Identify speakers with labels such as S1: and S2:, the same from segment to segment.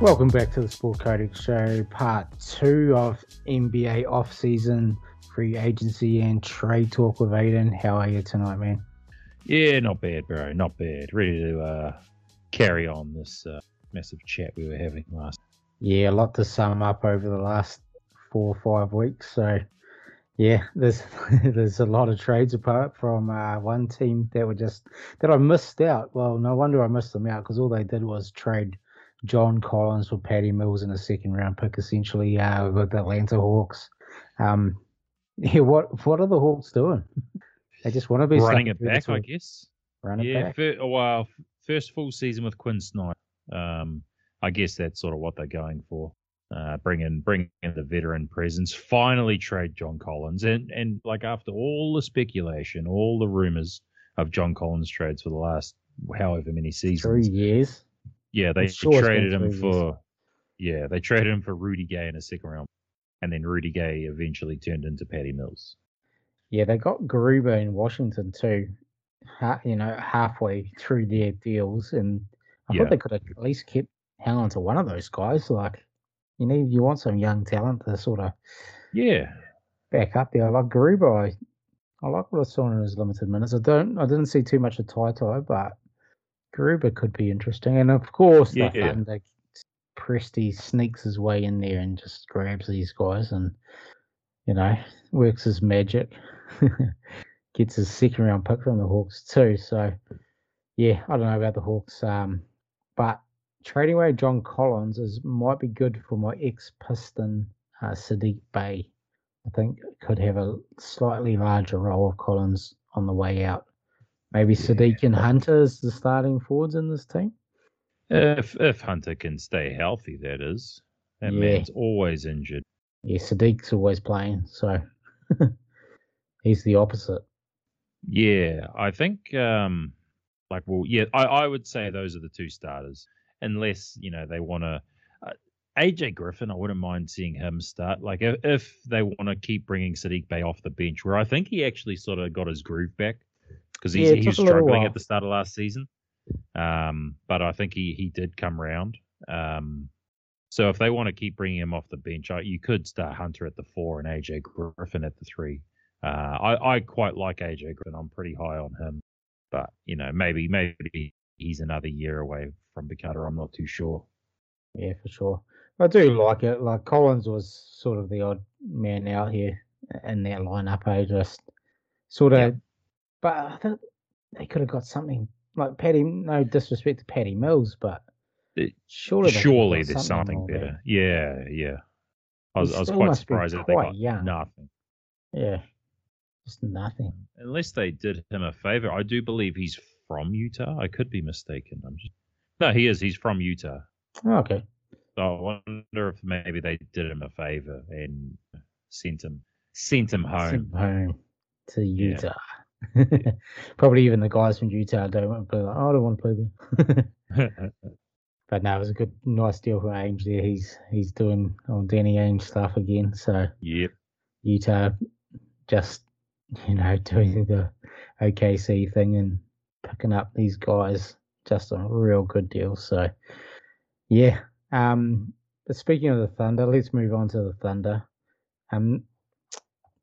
S1: Welcome back to the Sport Coding Show, part two of NBA off-season free agency and trade talk with Aiden. How are you tonight, man?
S2: Yeah, not bad, bro. Not bad. Ready to uh, carry on this uh, massive chat we were having last.
S1: Yeah, a lot to sum up over the last four or five weeks. So, yeah, there's there's a lot of trades apart from uh, one team that were just that I missed out. Well, no wonder I missed them out because all they did was trade John Collins for Patty Mills in a second round pick, essentially uh, with the Atlanta Hawks. Um, yeah, what what are the Hawks doing? they just want to be
S2: Running it
S1: stuck
S2: back,
S1: with
S2: I
S1: it.
S2: guess.
S1: Run it
S2: yeah,
S1: back.
S2: fir- oh, well, f- first full season with Quinn Snyder. Um, I guess that's sort of what they're going for. Uh, bring in, bring in the veteran presence. Finally, trade John Collins, and and like after all the speculation, all the rumors of John Collins trades for the last however many
S1: Three
S2: seasons.
S1: years.
S2: Yeah, they
S1: I'm sure it's been
S2: traded him
S1: three years.
S2: for. Yeah, they traded him for Rudy Gay in a second round, and then Rudy Gay eventually turned into Patty Mills.
S1: Yeah, they got Gruber in Washington too. Ha, you know, halfway through their deals, and I
S2: Yeah.
S1: thought they could have at least kept hang on to one of those guys. Like, you need you want some young talent to sort of
S2: Yeah,
S1: back up there. I like Gruber. I, I like what I saw in his limited minutes. I don't. I didn't see too much of Tai Tai, but Gruber could be interesting. And of course,
S2: Yeah.
S1: the fun that Presty sneaks his way in there and just grabs these guys and you know works his magic. Gets his second round pick from the Hawks too. So yeah, I don't know about the Hawks. Um, but trading away John Collins is might be good for my ex Piston uh, Sadiq Bay. I think could have a slightly larger role of Collins on the way out. Maybe Sadiq and Hunter is the starting forwards in this team.
S2: if if Hunter can stay healthy, that is. That
S1: Yeah.
S2: man's always injured.
S1: Yeah, Sadiq's always playing, so he's the opposite.
S2: Yeah, I think. Um, like, well, yeah, I I would say those are the two starters, unless you know they want to. Uh, AJ Griffin, I wouldn't mind seeing him start. Like, if, if they want to keep bringing Sadiq Bay off the bench, where I think he actually sort of got his groove back because he's
S1: Yeah, it
S2: he
S1: took
S2: was
S1: a little
S2: struggling
S1: while.
S2: at the start of last season. Um, but I think he he did come round. Um, so if they want to keep bringing him off the bench, I, you could start Hunter at the four and AJ Griffin at the three. Uh, I I quite like AJ Griffin. I'm pretty high on him, but you know maybe maybe he's another year away from Bicata. I'm not too sure.
S1: Yeah, for sure. I do like it. Like Collins was sort of the odd man out here in that lineup. I just sort of, but I think they could have got something like Patty. No disrespect to Patty Mills, but
S2: It-
S1: surely, they could've
S2: Surely
S1: got
S2: there's something
S1: more there.
S2: better. Yeah, yeah.
S1: He
S2: I was, I was
S1: still
S2: quite
S1: must be
S2: surprised that they
S1: quite
S2: got
S1: young.
S2: nothing.
S1: Yeah, just nothing.
S2: unless they did him a favor. I do believe he's from Utah. I could be mistaken. I'm just no, he is. He's from Utah.
S1: Oh, okay.
S2: So I wonder if maybe they did him a favor and sent him sent him home.
S1: Send home to
S2: Yeah.
S1: Utah. Probably even the guys from Utah don't want to play. Like, "Oh, I don't want to play there. but no, it was a good, nice deal for Ainge there. He's he's doing old Danny Ainge stuff again. So
S2: yep.
S1: Utah just you know doing the OKC thing and picking up these guys just on a real good deal. So yeah. Um but speaking of the Thunder, let's move on to the Thunder. Um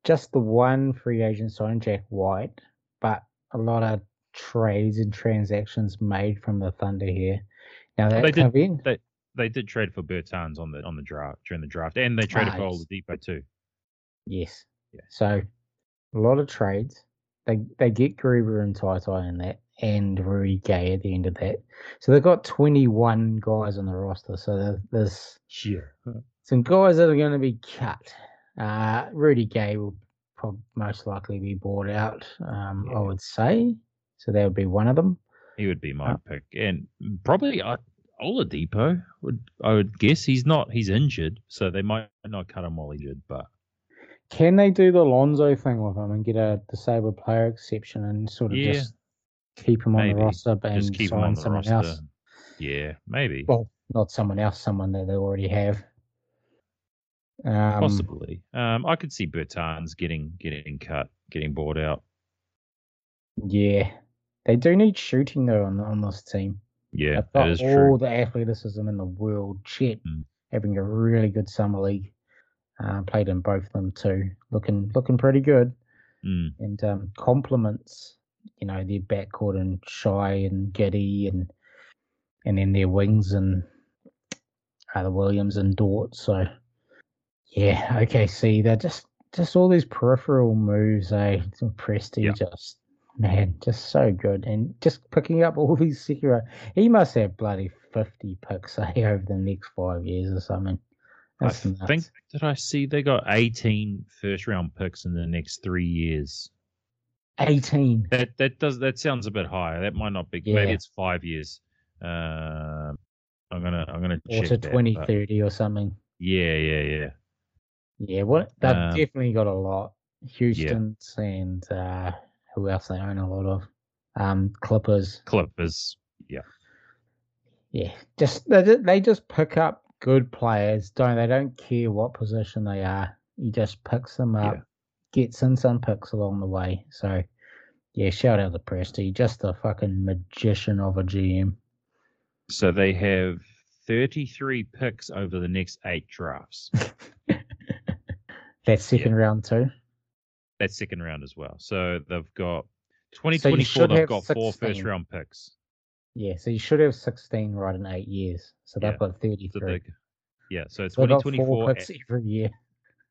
S1: just the one free agent signed Jack White, but a lot of trades and transactions made from the Thunder here. Now that
S2: They did-
S1: Kevin-
S2: They did trade for Bertans on the on the draft during the draft, and they traded for
S1: Nice.
S2: Oladipo too.
S1: Yes.
S2: Yeah.
S1: So a lot of trades. They they get Gruber and Tai Tai in that and Rudy Gay at the end of that. So they've got twenty one guys on the roster. So there- there's
S2: Yeah.
S1: some guys that are going to be cut. Uh, Rudy Gay will prob- most likely be bought out, um, I
S2: Yeah.
S1: would say. So that would be one of them.
S2: He would be my
S1: Uh,
S2: pick, and probably uh, Oladipo would. I would guess he's not. He's injured, so they might not cut him while injured. But
S1: Can they do the Lonzo thing with him and get a disabled player exception and sort of
S2: Yeah.
S1: just keep him on
S2: Maybe.
S1: the roster and
S2: just keep him
S1: sign
S2: on the
S1: someone
S2: roster.
S1: else?
S2: Yeah, maybe.
S1: well, not someone else, someone that they already have. Um,
S2: Possibly. Um, I could see Bertans getting getting cut, getting bought out.
S1: Yeah, they do need shooting though on on this team.
S2: Yeah,
S1: They've
S2: that
S1: got
S2: is
S1: all
S2: true.
S1: the athleticism in the world. Chet
S2: Mm.
S1: having a really good summer league. Uh, played in both of them too. Looking looking pretty good.
S2: Mm,
S1: And um, complements, you know, their backcourt and Shy and Giddy and and then their wings and uh, the Williams and Dort. So yeah, okay, see they're just just all these peripheral moves, eh? Some Presti
S2: Yeah.
S1: just man, just so good. And just picking up all these secret he must have bloody fifty picks, eh, over the next five years or something.
S2: I
S1: That's nuts.
S2: think did I see they got 18 first round picks in the next three years.
S1: eighteen.
S2: That that does that sounds a bit higher. That might not be. Maybe
S1: Yeah.
S2: it's five years. Um, I'm gonna I'm gonna
S1: or
S2: check
S1: to
S2: that,
S1: twenty
S2: but-
S1: thirty or something.
S2: Yeah, yeah, yeah.
S1: Yeah, what they've
S2: Um,
S1: definitely got a lot. Houston's and uh, who else they own a lot of. Um, Clippers.
S2: Clippers.
S1: Yeah, just they ju- they just pick up good players. Don't they? Don't care what position they are. He just picks them up,
S2: Yeah.
S1: gets in some picks along the way. So yeah, shout out to Presti, just the fucking magician of a GM.
S2: So they have 33 picks over the next eight drafts.
S1: That second round too.
S2: That's second round as well. So they've got
S1: So you
S2: 2024.
S1: should
S2: they've
S1: have
S2: got four first
S1: 16.
S2: round picks.
S1: Yeah, so you should have sixteen right in eight years. So they've
S2: Yeah.
S1: got thirty
S2: So
S1: three.
S2: they, yeah. So
S1: So they've got four
S2: 2024.
S1: picks every year.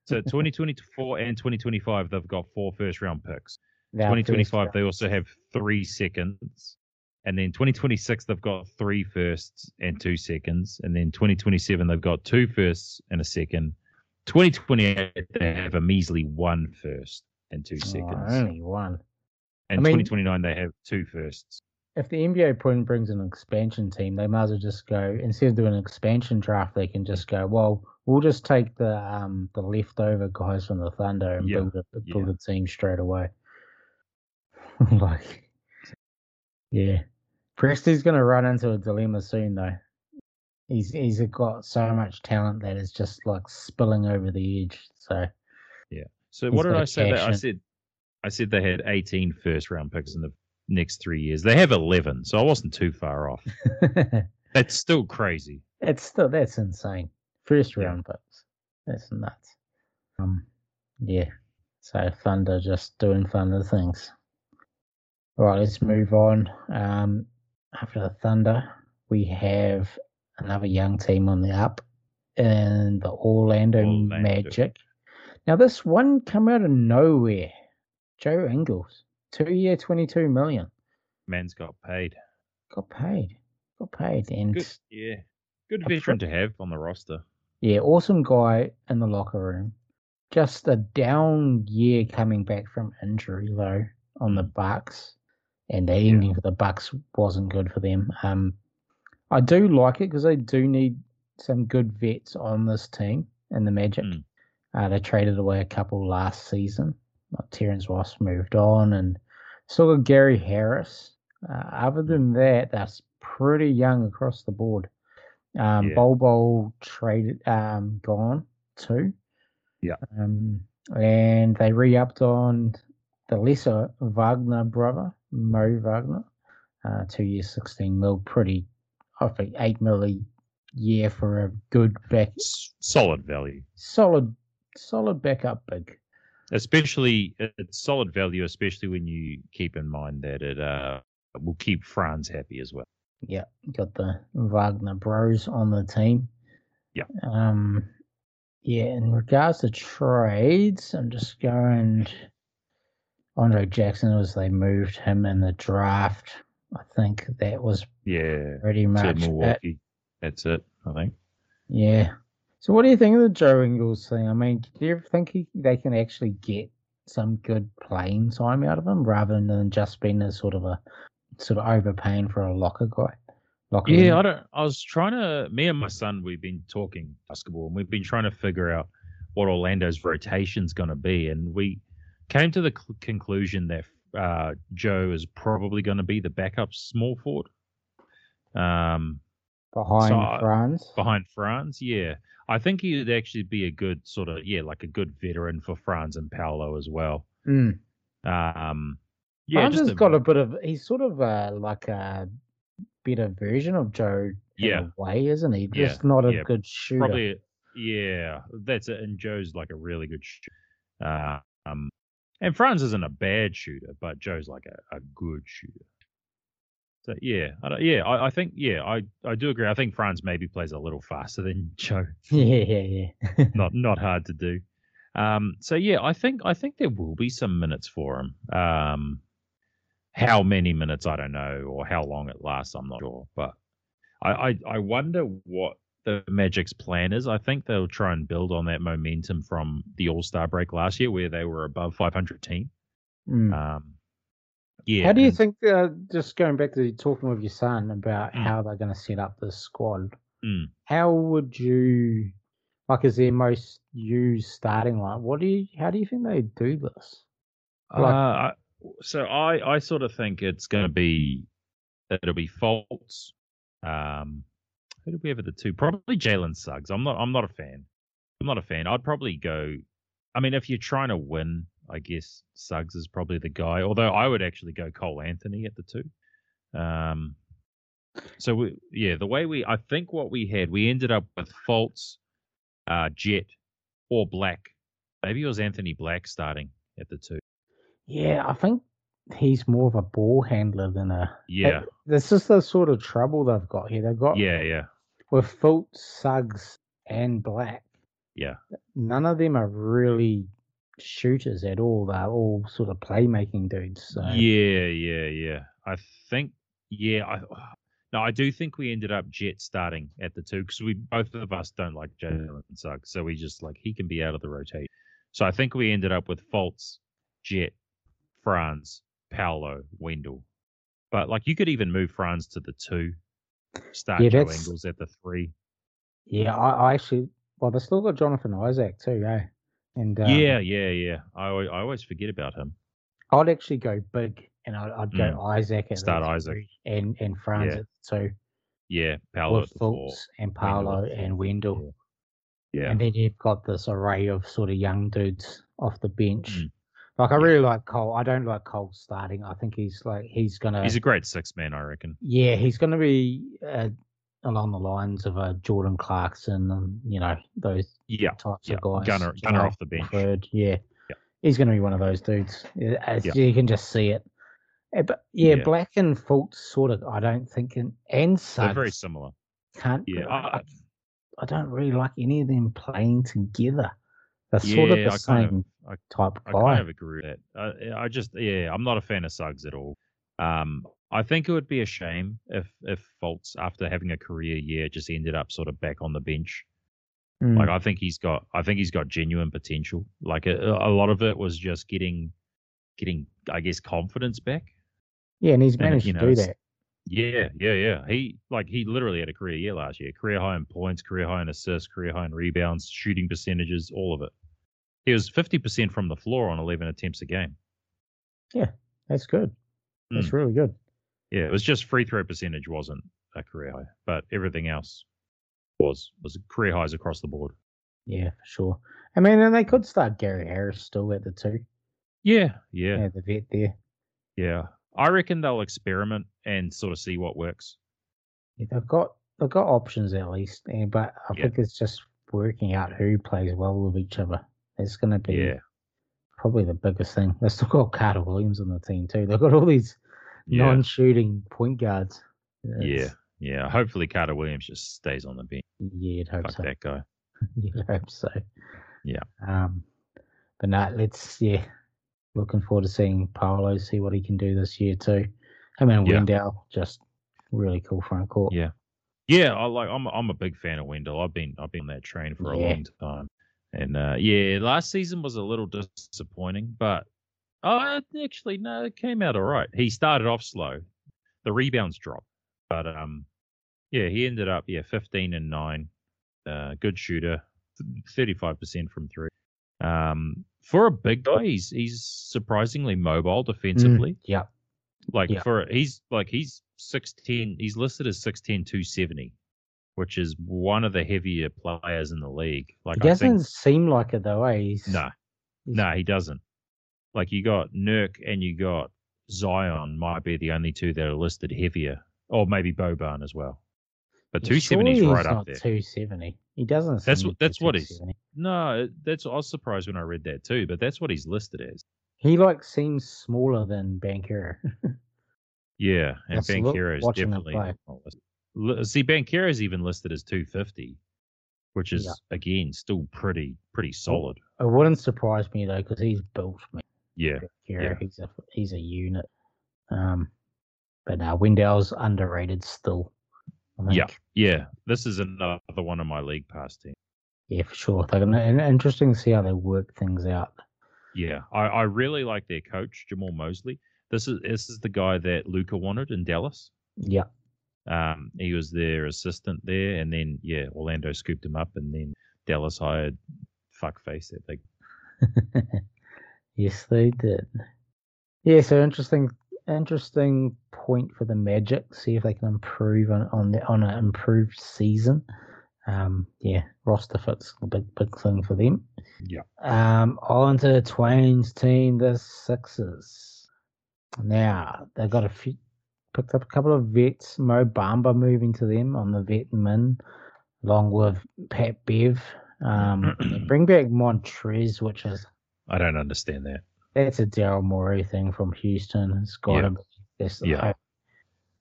S2: So 2024 and 2025, they've got four first round picks.
S1: Now,
S2: 2025,
S1: first
S2: they also have three seconds. And then 2026, they've got three firsts and two seconds. And then 2027, they've got two firsts and a second. 2028, they have a measly one first and two
S1: round.
S2: seconds.
S1: Oh, only one.
S2: And
S1: I mean-
S2: 2029, they have two firsts.
S1: If the NBA point brings an expansion team, they might as well just go instead of doing an expansion draft, they can just go, Well, we'll just take the um the leftover guys from the Thunder and
S2: Yeah,
S1: build a
S2: yeah.
S1: build a team straight away. like Yeah. Presti's gonna run into a dilemma soon though. He's he's got so much talent that is just like spilling over the edge. So
S2: So
S1: He's
S2: what did
S1: got a
S2: I say? That I
S1: cash in.
S2: said, I said they had 18 first round picks in the next three years. They have 11, so I wasn't too far off. That's still crazy.
S1: It's still that's insane. First
S2: Yeah.
S1: round picks. That's nuts. Um, yeah. So Thunder just doing Thunder things. All right, let's move on. Um, after the Thunder, we have another young team on the up in the Orlando,
S2: Orlando.
S1: Magic. Now this one come out of nowhere. Joe Ingles, two year, twenty two million.
S2: Man's got paid.
S1: Got paid. Got paid, and
S2: Good, yeah. Good
S1: A
S2: veteran to have on the roster.
S1: Yeah, awesome guy in the locker room. Just a down year coming back from injury though on the Bucks, and the evening for the Bucks wasn't good for them. Um, I do like it because they do need some good vets on this team in the Magic.
S2: Mm.
S1: Uh, they traded away a couple last season. Like Terrence Ross moved on, and still got Gary Harris. Uh, other
S2: Hmm.
S1: than that, that's pretty young across the board. Um,
S2: Yeah.
S1: Bol Bol traded, um, gone too.
S2: Yeah.
S1: Um, and they re-upped on the lesser Wagner brother, Mo Wagner, uh, two years, sixteen mil, pretty, I think eight mil a year for a good back,
S2: S- solid value,
S1: solid, solid backup big.
S2: especially it- it's solid value, especially when you keep in mind that it uh will keep Franz happy as well.
S1: Yeah, got the Wagner Bros on the team.
S2: Yeah.
S1: Um, yeah. In regards to trades, I'm just going. Andre Jackson was they moved him in the draft. I think that was
S2: Yeah,
S1: pretty
S2: to
S1: much it.
S2: Milwaukee. That's it, I think.
S1: Yeah. So what do you think of the Joe Ingles thing? I mean, do you think he, they can actually get some good playing time out of him rather than just being a sort of a sort of overpaying for a locker guy? Locker room
S2: Yeah, I don't. I was trying to. Me and my son, we've been talking basketball, and we've been trying to figure out what Orlando's rotation's going to be, and we came to the cl- conclusion that uh, Joe is probably going to be the backup small forward. Um,
S1: behind
S2: So-
S1: France.
S2: behind Franz. Yeah, I think he would actually be a good sort of yeah, like a good veteran for Franz and Paolo as well.
S1: Mm.
S2: Um, yeah,
S1: Barnes
S2: just
S1: has got a bit of he's sort of uh, like a better version of Joe in
S2: Yeah.
S1: a way, isn't he?
S2: Yeah,
S1: Just not a
S2: yeah,
S1: good shooter.
S2: Probably, yeah, that's it. And Joe's like a really good shooter. Uh, um, and Franz isn't a bad shooter, but Joe's like a, a good shooter. So yeah, I don't, yeah, I, I think yeah, I, I do agree. I think Franz maybe plays a little faster than Joe.
S1: Yeah, yeah, yeah.
S2: not not hard to do. Um, so yeah, I think I think there will be some minutes for him. Um, how many minutes I don't know, or how long it lasts, I'm not sure. But I I, I wonder what the Magic's plan is. I think they'll try and build on that momentum from the All Star break last year, where they were above 500 team.
S1: Mm.
S2: Um, yeah.
S1: how do you
S2: and-
S1: think? Uh, just going back to talking with your son about
S2: Mm.
S1: how they're going to set up this squad.
S2: Mm.
S1: How would you like? Is their most used starting line? What do you? How do you think they do this?
S2: Uh, I- so I, I sort of think it's going to be it'll be Fultz. Um, who did we have at the two? Probably Jalen Suggs. I'm not I'm not a fan. I'm not a fan. I'd probably go. I mean, if you're trying to win, I guess Suggs is probably the guy. Although I would actually go Cole Anthony at the two. Um, so we, yeah, the way we I think what we had we ended up with Fultz, uh, Jet, or Black. Maybe it was Anthony Black starting at the two.
S1: Yeah, I think he's more of a ball handler than a.
S2: Yeah,
S1: This is the sort of trouble they've got here. They've got
S2: yeah, yeah.
S1: with Fultz, Suggs, and Black.
S2: Yeah.
S1: None of them are really shooters at all. They're all sort of playmaking dudes. So
S2: Yeah, yeah, yeah. I think, yeah. I, uh, no, I do think we ended up Jet starting at the two because we both of us don't like Jalen Suggs, so we just like he can be out of the rotation. So I think we ended up with Fultz, Jet, Franz, Paolo, Wendell. But like you could even move Franz to the two, start
S1: Yeah,
S2: Joe
S1: that's-
S2: Ingles at the three.
S1: yeah, I, I actually well, they still got Jonathan Isaac too, eh? And um,
S2: yeah, yeah, yeah. I al- I always forget about him.
S1: I'd actually go big, and I'd, I'd go Isaac at
S2: Mm. Start
S1: the
S2: Isaac.
S1: three and and Franz
S2: Yeah.
S1: at two,
S2: Yeah, Paolo
S1: or
S2: at the four.
S1: Fultz and
S2: Wendell at
S1: Paolo
S2: the four.
S1: and Wendell.
S2: Yeah,
S1: And then you've got this array of sort of young dudes off the bench.
S2: Mm.
S1: Like I
S2: Yeah.
S1: really like Cole. I don't like Cole starting. I think he's like he's gonna
S2: he's a great six man, I reckon.
S1: yeah he's gonna be uh, along the lines of uh, Jordan Clarkson and you know those
S2: Yeah.
S1: types
S2: Yeah,
S1: of guys.
S2: gunner- gunner off the bench.
S1: Clifford, yeah.
S2: Yeah.
S1: he's gonna be one of those dudes. Yeah, as
S2: Yeah.
S1: You can just see it. Uh, But yeah,
S2: Yeah.
S1: Black and Fultz sort of. I don't think and and
S2: They're very
S1: Suggs
S2: similar.
S1: can't.
S2: Yeah,
S1: I,
S2: I-
S1: I don't really like any of them playing together. They're sort of
S2: Yeah,
S1: the
S2: I
S1: same
S2: kind of- I,
S1: type
S2: I
S1: guy.
S2: kind of agree with that. I, I just, yeah, I'm not a fan of Suggs at all. Um, I think it would be a shame if if Fultz, after having a career year, just ended up sort of back on the bench.
S1: Mm.
S2: Like I think he's got, I think he's got genuine potential. Like a, a lot of it was just getting, getting, I guess, confidence back.
S1: yeah, and he's
S2: and,
S1: managed
S2: you know,
S1: to do
S2: it's-
S1: that.
S2: Yeah, yeah, yeah. He like he literally had a career year last year. Career high in points, career high in assists, career high in rebounds, shooting percentages, all of it. He was fifty percent from the floor on eleven attempts a game.
S1: That's good. That's
S2: Mm.
S1: really good.
S2: Yeah, it was just free throw percentage wasn't a career high, but everything else was was career highs across the board.
S1: Yeah, for sure. I mean, and they could start Gary Harris still at the two.
S2: Yeah,
S1: Yeah,
S2: yeah, yeah.
S1: the vet there.
S2: I reckon they'll experiment and sort of see what works.
S1: Yeah, they've got they've got options at least, and, but I
S2: Yeah.
S1: think it's just working out who plays well with each other. It's going to be
S2: Yeah,
S1: probably the biggest thing. They've still got Carter Williams on the team too. They've got all these
S2: yeah,
S1: non-shooting point guards.
S2: yeah,
S1: It's-
S2: yeah. Hopefully Carter Williams just stays on the bench.
S1: yeah, I'd hope
S2: Fuck
S1: so.
S2: that guy.
S1: You'd hope so.
S2: Yeah.
S1: Um, but no, let's yeah. Looking forward to seeing Paolo see what he can do this year too. Him and
S2: Yeah.
S1: Wendell, just really cool front court.
S2: Yeah. Yeah, I like. I'm I'm a big fan of Wendell. I've been I've been on that train for a
S1: Yeah.
S2: long time, and uh, yeah, last season was a little disappointing, but oh, actually no, it came out all right. He started off slow, the rebounds dropped, but um, yeah, he ended up yeah 15 and nine, uh, good shooter, 35 percent from three. Um, for a big guy, he's he's surprisingly mobile defensively.
S1: Yeah.
S2: Like
S1: Yeah.
S2: for he's like he's sixteen. He's listed as 6'10", 270, which is one of the heavier players in the league. Like
S1: It
S2: I think
S1: doesn't seem like it though, eh? He's,
S2: no,
S1: he's-
S2: no, he doesn't. Like you got Nurk and you got Zion might be the only two that are listed heavier or maybe Boban as well. But
S1: Yeah,
S2: two seventy is
S1: surely
S2: right
S1: he's
S2: up
S1: not
S2: there.
S1: 270. He doesn't.
S2: That's
S1: submit
S2: what- that's
S1: to
S2: what he's-
S1: 270.
S2: No, that's I was surprised when I read that too. But that's what he's listed as.
S1: He like seems smaller than Banquero.
S2: Yeah, and
S1: Let's look-
S2: Banquero is
S1: watching him
S2: definitely
S1: play.
S2: not listed. Li- See, Banquero is even listed as two fifty, which is again still pretty pretty solid.
S1: it wouldn't surprise me though because he's built man.
S2: Yeah,
S1: Banchero,
S2: Yeah.
S1: He's a he's a unit. Um, but now Wendell's underrated still. I think.
S2: yeah, yeah. This is another one of my league pass team.
S1: Yeah, for sure. They're gonna, and interesting to see how they work things out.
S2: Yeah, I, I really like their coach Jamal Mosley. This is this is the guy that Luca wanted in Dallas.
S1: Yeah.
S2: Um, he was their assistant there, and then yeah, Orlando scooped him up, and then Dallas hired fuckface that they
S1: yes, they did. Yeah, so interesting, interesting point for the Magic. See if they can improve on on the, on an improved season. Um, yeah, roster fits the big big thing for them.
S2: Yeah.
S1: Um, on to Twain's team, the Sixers. Now they've got a few picked up a couple of vets. Mo Bamba moving to them on the vet min, along with Pat Bev. Um, they bring back Montrez, which is
S2: I don't understand that.
S1: that's a Daryl Morey thing from Houston. It's got
S2: Yeah.
S1: to be. That's
S2: Yeah.
S1: I-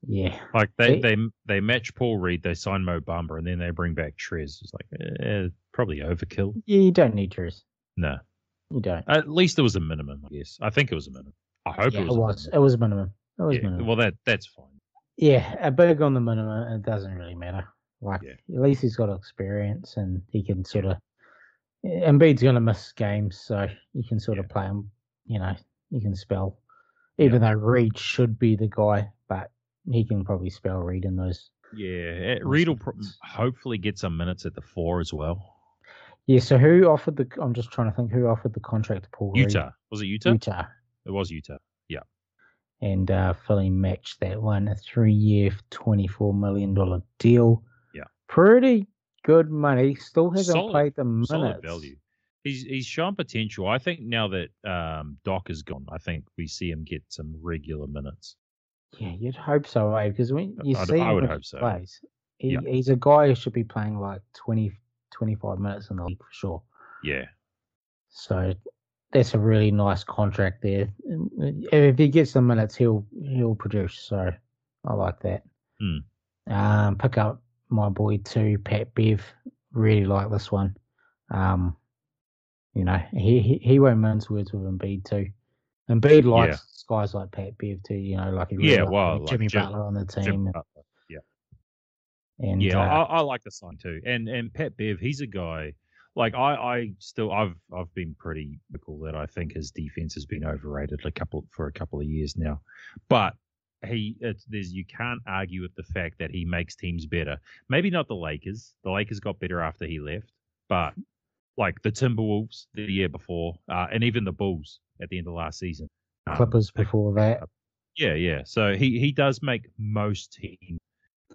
S1: yeah.
S2: Like they
S1: They-
S2: they they match Paul Reed, they sign Mo Bamba, and then they bring back Trez. It's like eh, probably overkill.
S1: Yeah, you don't need yours.
S2: No,
S1: You don't.
S2: at least it was a minimum. I guess I think it was a minimum. I hope
S1: Yeah,
S2: it was.
S1: it
S2: a
S1: was. It was
S2: minimum.
S1: minimum. It was
S2: Yeah,
S1: minimum.
S2: Well, that that's fine.
S1: yeah, a big on the minimum. It doesn't really matter. Like
S2: Yeah.
S1: at least he's got experience and he can sort of. Embiid's gonna miss games, so you can sort of play him. You know, you can spell. Even though Reed should be the guy, but he can probably spell Reed in those
S2: Yeah, eh, Reed will pro- hopefully get some minutes at the four as well.
S1: Yeah, so who offered the? I'm just trying to think who offered the contract to Paul Reed?
S2: Utah was it Utah?
S1: Utah,
S2: It was Utah.
S1: and uh, Philly matched that one, a three-year, twenty-four million dollar deal.
S2: Yeah.
S1: pretty good money. Still hasn't
S2: Solid-
S1: played the minutes.
S2: Solid value. He's he's shown potential. I think now that um, Doc is gone, I think we see him get some regular minutes.
S1: Yeah, you'd hope so, eh? Because when you
S2: I'd-
S1: see
S2: I
S1: him
S2: would
S1: when
S2: hope
S1: he
S2: so.
S1: plays, he,
S2: Yeah.
S1: he's a guy who should be playing like 20, 25 minutes in the league for sure.
S2: Yeah,
S1: So that's a really nice contract there. And uh, If he gets the minutes, he'll he'll produce. So I like that.
S2: Hmm.
S1: Um, pick up my boy too, Pat Bev. Really like this one. Um, you know, he he, he won't mince words with Embiid too. Embiid likes guys like Pat Bev too. You know, like he really
S2: Yeah,
S1: likes
S2: well, like
S1: Jimmy
S2: Jim-
S1: Butler on the team.
S2: Jim
S1: and,
S2: Butler.
S1: and,
S2: yeah,
S1: uh,
S2: I, I like the sign too. And and Pat Bev, he's a guy like I, I still I've I've been pretty cool that I think his defense has been overrated a couple for a couple of years now, but he it's, there's you can't argue with the fact that he makes teams better. Maybe not the Lakers. The Lakers got better after he left, but like the Timberwolves the year before, uh, and even the Bulls at the end of last season. Um,
S1: Clippers before that.
S2: yeah, yeah. So he he does make most teams,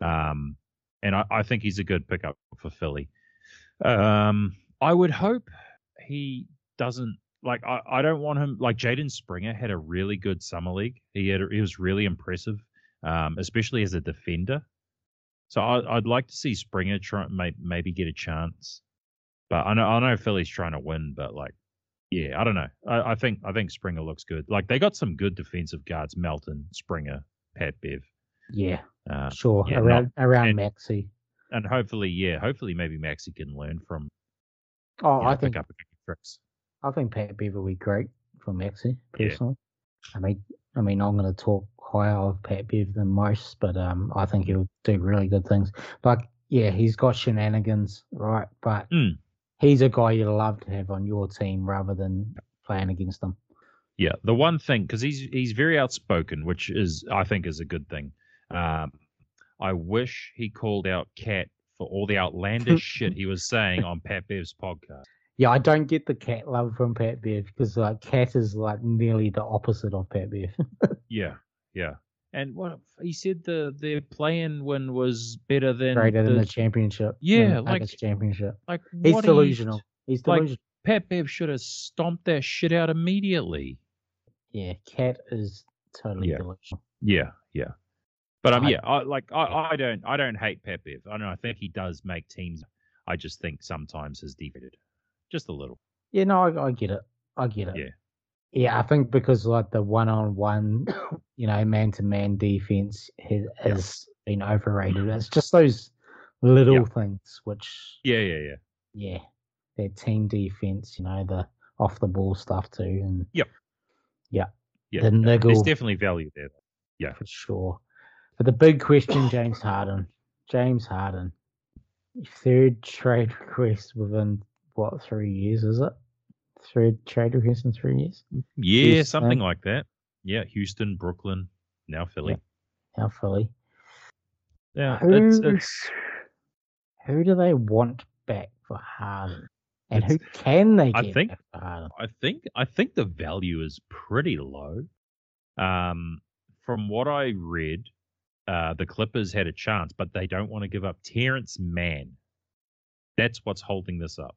S2: um, and I, I think he's a good pickup for Philly. Um, I would hope he doesn't like. I, I don't want him like Jaden Springer had a really good summer league. He had he was really impressive, um, especially as a defender. So I, I'd like to see Springer try may, maybe get a chance, but I know I know Philly's trying to win, but like. Yeah, I don't know. I, I think I think Springer looks good. Like they got some good defensive guards: Melton, Springer, Pat Bev,
S1: Yeah,
S2: uh,
S1: sure.
S2: yeah,
S1: around around
S2: and-
S1: Maxi.
S2: and hopefully, yeah, hopefully maybe Maxi can learn from.
S1: Oh,
S2: you know,
S1: I think
S2: pick up a few tricks.
S1: I think Pat Bev will be great for Maxi
S2: Yeah.
S1: personally. I mean, I mean, I'm going to talk higher of Pat Bev than most, but um, I think he'll do really good things. Like, yeah, he's got shenanigans, right? But
S2: Mm.
S1: he's a guy you'd love to have on your team rather than playing against them.
S2: Yeah, the one thing because he's he's very outspoken, which is I think is a good thing. Um, I wish he called out Cat for all the outlandish shit he was saying on Pat Bev's podcast.
S1: Yeah, I don't get the cat love from Pat Bev because like cat is like nearly the opposite of Pat Bev.
S2: Yeah, yeah. And what he said the their playing win was better than
S1: Greater than
S2: the-
S1: the championship.
S2: Yeah,
S1: than
S2: like-
S1: Nuggets championship.
S2: like
S1: He's
S2: what are you-
S1: delusional. He's
S2: like-
S1: delusional.
S2: Pat Bev should have stomped that shit out immediately.
S1: yeah, cat is totally
S2: Yeah.
S1: delusional.
S2: Yeah, yeah. But um,
S1: I-
S2: yeah, I like I, I don't I don't hate Pep. If I don't know, I think he does make teams. I just think sometimes has defeated just a little.
S1: Yeah, no, I, I get it. I get it.
S2: Yeah.
S1: Yeah, I think because like the one on one, you know, man to man defense has, has been overrated. It's just those little
S2: Yeah.
S1: things which,
S2: Yeah, yeah, yeah.
S1: yeah, their team defense, you know, the off the ball stuff too, and
S2: Yep.
S1: yeah,
S2: Yeah,
S1: the
S2: There's
S1: niggle
S2: definitely value there.
S1: for sure. But the big question, James Harden, James Harden, third trade request within what three years is it? Third trade request in three years.
S2: Yeah,
S1: Houston.
S2: something like that. Yeah, Houston, Brooklyn, now Philly.
S1: How Philly?
S2: Yeah, it's,
S1: Who,
S2: it's
S1: who do they want back for Harden? And who
S2: It's-
S1: can they
S2: I
S1: get
S2: think-
S1: back for Harden?
S2: I think I think the value is pretty low. Um, from what I read, uh, the Clippers had a chance, but they don't want to give up Terrence Mann. That's what's holding this up.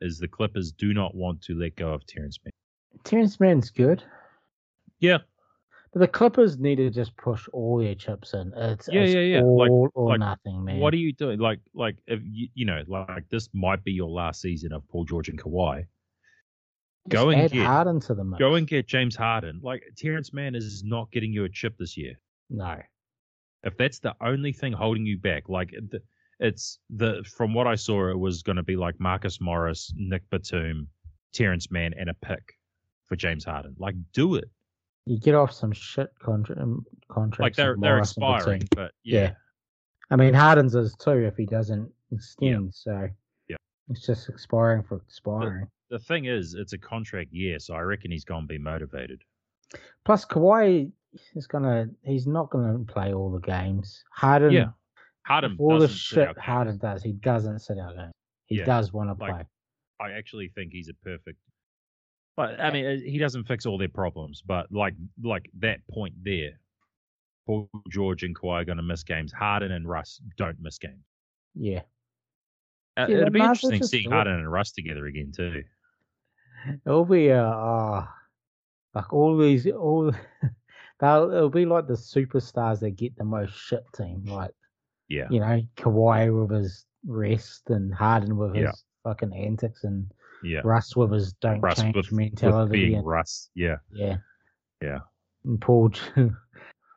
S2: Is the Clippers do not want to let go of Terrence Mann.
S1: Terrence Mann's good.
S2: Yeah,
S1: But the Clippers need to just push all their chips in. It's,
S2: Yeah,
S1: it's
S2: yeah, yeah. Like-
S1: all or
S2: like,
S1: nothing, man.
S2: What are you doing? Like, like if you, you know, like this might be your last season of Paul George and Kawhi.
S1: Just
S2: go and
S1: add
S2: get-
S1: Harden to the mix.
S2: Go and get James Harden. Like Terrence Mann is not getting you a chip this year.
S1: No.
S2: If that's the only thing holding you back, like th- it's the from what I saw, it was going to be like Marcus Morris, Nick Batum, Terrence Mann, and a pick for James Harden. Like, do it.
S1: You get off some shit contra- um, contracts.
S2: Like they're
S1: with
S2: they're
S1: Morris and Batum.
S2: expiring, but yeah.
S1: Yeah. I mean, Harden's is too if he doesn't extend. So
S2: Yeah.
S1: it's just expiring for expiring.
S2: The thing is, it's a contract year, so I reckon he's going to be motivated.
S1: Plus, Kawhi is gonna. He's not gonna play all the games. Harden.
S2: Yeah. Harden
S1: all the
S2: doesn't sit out
S1: shit
S2: games.
S1: Harden does, he doesn't sit out games. He
S2: Yeah,
S1: does want to
S2: like-
S1: play.
S2: I actually think he's a perfect. But I mean, uh, he doesn't fix all their problems. But like, like that point there, Paul George and Kawhi are going to miss games. Harden and Russ don't miss games.
S1: Yeah.
S2: Uh,
S1: Yeah,
S2: it'll be
S1: might as well
S2: interesting
S1: just
S2: seeing
S1: do it.
S2: Harden and Russ together again too.
S1: It'll be uh, uh like all these all they'll it'll be like the superstars that get the most shit team. Like,
S2: Yeah,
S1: you know, Kawhi with his rest and Harden with
S2: Yeah.
S1: his fucking antics and
S2: yeah.
S1: Russ with his don't
S2: Russ
S1: change
S2: with, with
S1: mentality.
S2: being
S1: and,
S2: Russ. Yeah,
S1: yeah.
S2: Yeah.
S1: And Paul Ge-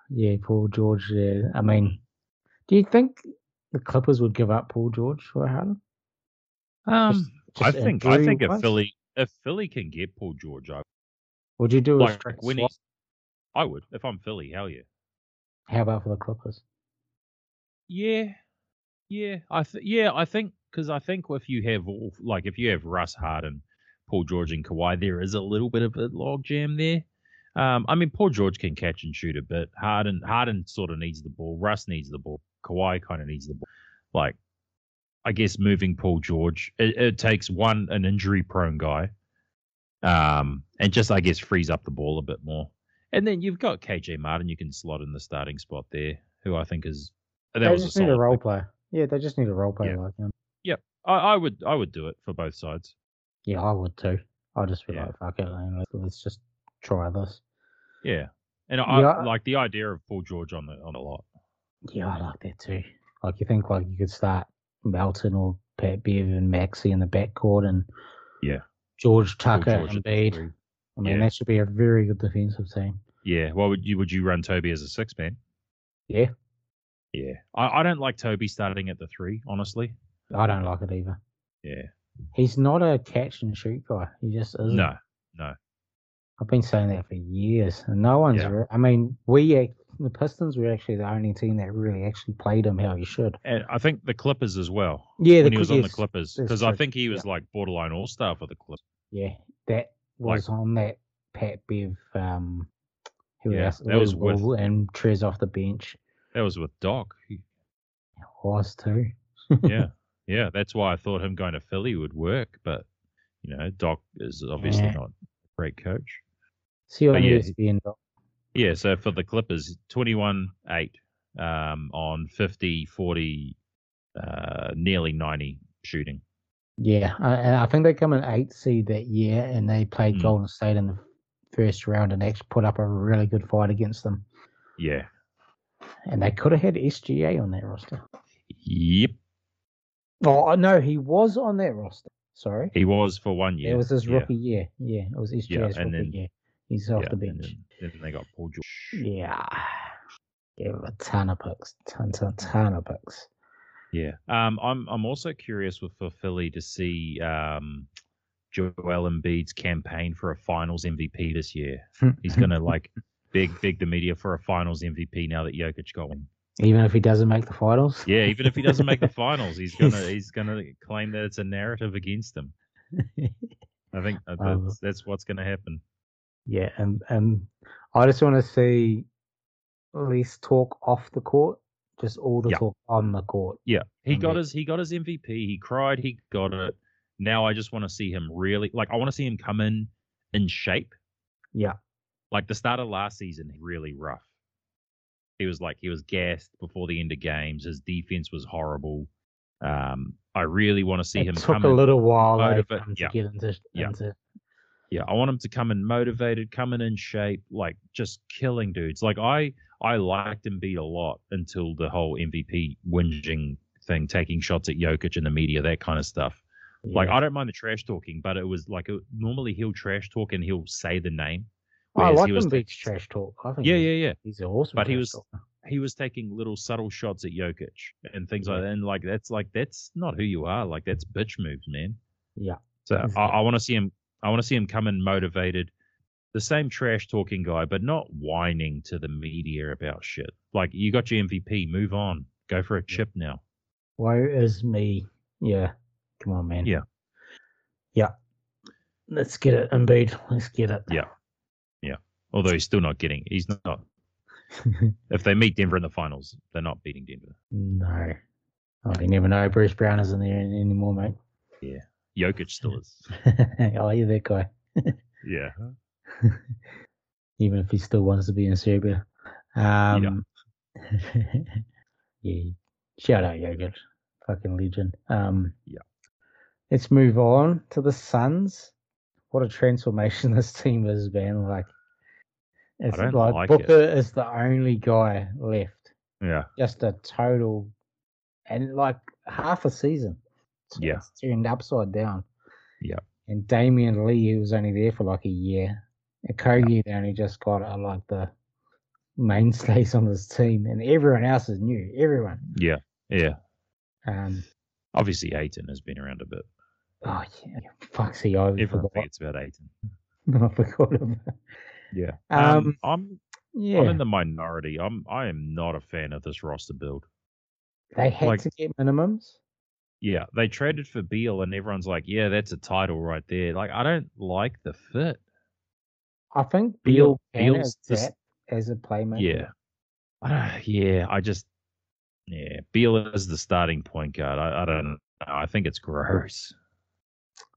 S1: Yeah, Paul George yeah. I mean do you think the Clippers would give up Paul George for Harden?
S2: um, I
S1: just
S2: think I think
S1: injury-wise?
S2: if Philly if Philly can get Paul George, I
S1: Would you do a
S2: like
S1: straight
S2: when
S1: swap?
S2: he's, I would if I'm Philly. Hell yeah.
S1: How about for the Clippers?
S2: Yeah, yeah, I th- yeah, I think because I think if you have all like if you have Russ Harden, Paul George and Kawhi, there is a little bit of a log jam there. Um, I mean, Paul George can catch and shoot a bit. Harden Harden sort of needs the ball. Russ needs the ball. Kawhi kind of needs the ball. Like, I guess moving Paul George, it, it takes one an injury prone guy, um, and just I guess frees up the ball a bit more. And then you've got KJ Martin. You can slot in the starting spot there, who I think is that
S1: they
S2: was a
S1: just need a
S2: solid
S1: role
S2: pick.
S1: player. Yeah, they just need a role player
S2: Yeah.
S1: like him.
S2: I, I would I would do it for both sides.
S1: Yeah, I would too. I'd just be
S2: Yeah.
S1: like, fuck it, man, let's, let's just try this.
S2: Yeah, and I,
S1: Yeah.
S2: like the idea of Paul George on the on the lot.
S1: Yeah, I like that too. Like you think like you could start Melton or Pat Bev and Maxi in the backcourt and
S2: Yeah.
S1: George
S2: Paul
S1: Tucker
S2: George
S1: and
S2: at
S1: Bede.
S2: three.
S1: I mean,
S2: Yeah.
S1: that should be a very good defensive team.
S2: Yeah. Why would you would you run Toby as a six man?
S1: Yeah,
S2: Yeah. I, I don't like Toby starting at the three, honestly.
S1: I don't like it either.
S2: Yeah.
S1: He's not a catch and shoot guy. He just isn't.
S2: No.
S1: I've been saying that for years, and no one's.
S2: Yeah.
S1: Re- I mean, we ac- the Pistons were actually the only team that really actually played him how he should.
S2: And I think the Clippers as well.
S1: Yeah, the
S2: when he was
S1: Clip-
S2: on the
S1: yes,
S2: Clippers,
S1: that's
S2: because I
S1: true.
S2: think he was like borderline all star for the Clippers.
S1: Yeah, that
S2: Like-
S1: was on that Pat Bev. Um, who
S2: Yeah,
S1: else?
S2: that was
S1: Lou
S2: with-
S1: Will and Trez off the bench
S2: That was with Doc. He-
S1: was too.
S2: Yeah. yeah. That's why I thought him going to Philly would work, but you know, Doc is obviously
S1: Yeah.
S2: not a great coach.
S1: See you
S2: But
S1: on
S2: Oh,
S1: E
S2: yeah,
S1: ESPN. Doc.
S2: Yeah, so for the Clippers, 21 8 um, on 50, 40, uh, nearly 90 shooting.
S1: Yeah, I- I, I think they come in eighth seed that year, and they played
S2: Mm.
S1: Golden State in the first round, and actually put up a really good fight against them.
S2: Yeah.
S1: and they could have had SGA on that roster.
S2: Yep.
S1: Oh no, he was on that roster. Sorry,
S2: He was for one year.
S1: it was his
S2: yeah,
S1: rookie year. Yeah, it was SGA's
S2: and
S1: rookie
S2: then-
S1: year. He's off
S2: yeah,
S1: the
S2: and
S1: bench.
S2: Then, then they got Paul George.
S1: Yeah, gave him a ton of bucks, ton, ton, ton of bucks.
S2: Yeah. Um, I'm I'm also curious with for Philly to see um, Joel Embiid's campaign for a Finals MVP this year. He's gonna like big big the media for a Finals MVP now that Jokic got one.
S1: even if he doesn't make the finals.
S2: Yeah, even if he doesn't make the Finals, he's gonna he's gonna claim that it's a narrative against him. I think that-
S1: Wow.
S2: that's that's what's gonna happen.
S1: Yeah, and and I just want to see less talk off the court, just all the
S2: Yeah.
S1: talk on the court.
S2: Yeah, he got
S1: Indeed.
S2: his he got his MVP. He cried. He got it. Now I just want to see him really like I want to see him come in in shape.
S1: Yeah.
S2: Like the start of last season, really rough. He was like he was gassed before the end of games. His defense was horrible. Um, I really want to see
S1: it
S2: him
S1: took
S2: come.
S1: a
S2: In,
S1: little while though,
S2: motivate-
S1: for him to
S2: yeah.
S1: get into,
S2: Yeah.
S1: into
S2: yeah, I want him to come in motivated, coming in shape, like just killing dudes. Like I I liked Embiid a lot until the whole MVP whinging thing, taking shots at Jokic in the media, that kind of stuff. Like
S1: yeah.
S2: I don't mind the trash talking, but it was like it, normally he'll trash talk and he'll say the name.
S1: Oh, I
S2: whereas
S1: like
S2: he was
S1: him
S2: ta-
S1: beach trash talk. I think
S2: Yeah,
S1: he's-
S2: yeah, yeah.
S1: he's an awesome.
S2: But he
S1: trash
S2: was-
S1: talker.
S2: He was taking little subtle shots at Jokic and things like that. And like that's like that's not who you are. Like that's bitch moves, man.
S1: Yeah.
S2: So I,
S1: Exactly.
S2: I want to see him. I want to see him come in motivated, the same trash talking guy, but not whining to the media about shit. Like you got your MVP, move on, go for a chip now.
S1: Woe is me. Yeah, come on, man.
S2: Yeah.
S1: yeah. Let's get it, Embiid. Let's get it.
S2: Yeah. Although he's still not getting. He's not. If they meet Denver in the finals, they're not beating Denver.
S1: no, oh, you never know. Bruce Brown isn't there any- anymore, mate.
S2: Jokic still is.
S1: oh, you're that guy.
S2: Yeah.
S1: Even if he still wants to be in Serbia. Um, yeah. Shout out Yogurt. Fucking legend. Um,
S2: Yeah.
S1: Let's move on to the Suns. What a transformation this team has been. Like, it's
S2: don't
S1: like,
S2: like it.
S1: Booker is the only guy left.
S2: Yeah.
S1: Just a total, and like half a season. It's-
S2: Yeah.
S1: it's turned upside down.
S2: Yeah.
S1: And Damian Lee, who was only there for like a year, and Kogi, they only just got are like the mainstays on this team, and everyone else is new. Everyone.
S2: Yeah. Yeah.
S1: Um.
S2: Obviously, Aiton has been around a bit.
S1: Oh yeah. Fuck. See, I
S2: Everyone
S1: Oh, forgot.
S2: forgets about Aiton.
S1: I forgot about.
S2: Yeah. Um,
S1: Um.
S2: I'm I'm
S1: Yeah.
S2: in the minority. I'm I am not a fan of this roster build.
S1: they had
S2: like-
S1: to get minimums.
S2: Yeah, they traded for Beal, and everyone's like, "Yeah, that's a title right there." Like, I don't like the fit.
S1: I think Beal
S2: Beal-
S1: can
S2: Beal's just-
S1: adapt as a playmaker.
S2: Yeah, I don't. Yeah, I just yeah, Beal is the starting point guard. I, I don't. know. I think it's gross.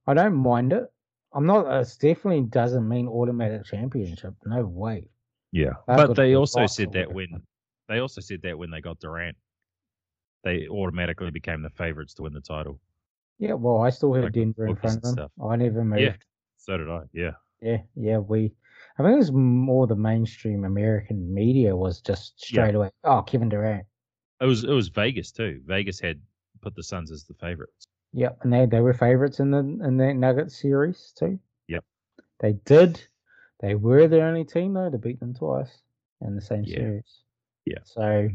S1: I don't mind it. I'm not. It definitely doesn't mean automatic championship. No way.
S2: Yeah,
S1: That
S2: but
S1: would
S2: they
S1: be
S2: also
S1: awesome.
S2: said that when they also said that when they got Durant, they automatically became the favorites to win the title.
S1: Yeah. Well, I still had
S2: Like,
S1: Denver in
S2: focus
S1: front of
S2: and
S1: them.
S2: stuff.
S1: I never moved.
S2: Yeah. So did I. Yeah.
S1: Yeah, yeah, we. I think it was more the mainstream American media was just
S2: Yeah.
S1: straight away. Oh, Kevin Durant.
S2: It was it was Vegas too. Vegas had put the Suns as the favorites.
S1: Yep, and they they were favorites in the in that Nuggets series too.
S2: Yep.
S1: they did. They were the only team though to beat them twice in the same
S2: Yeah.
S1: series.
S2: Yeah.
S1: So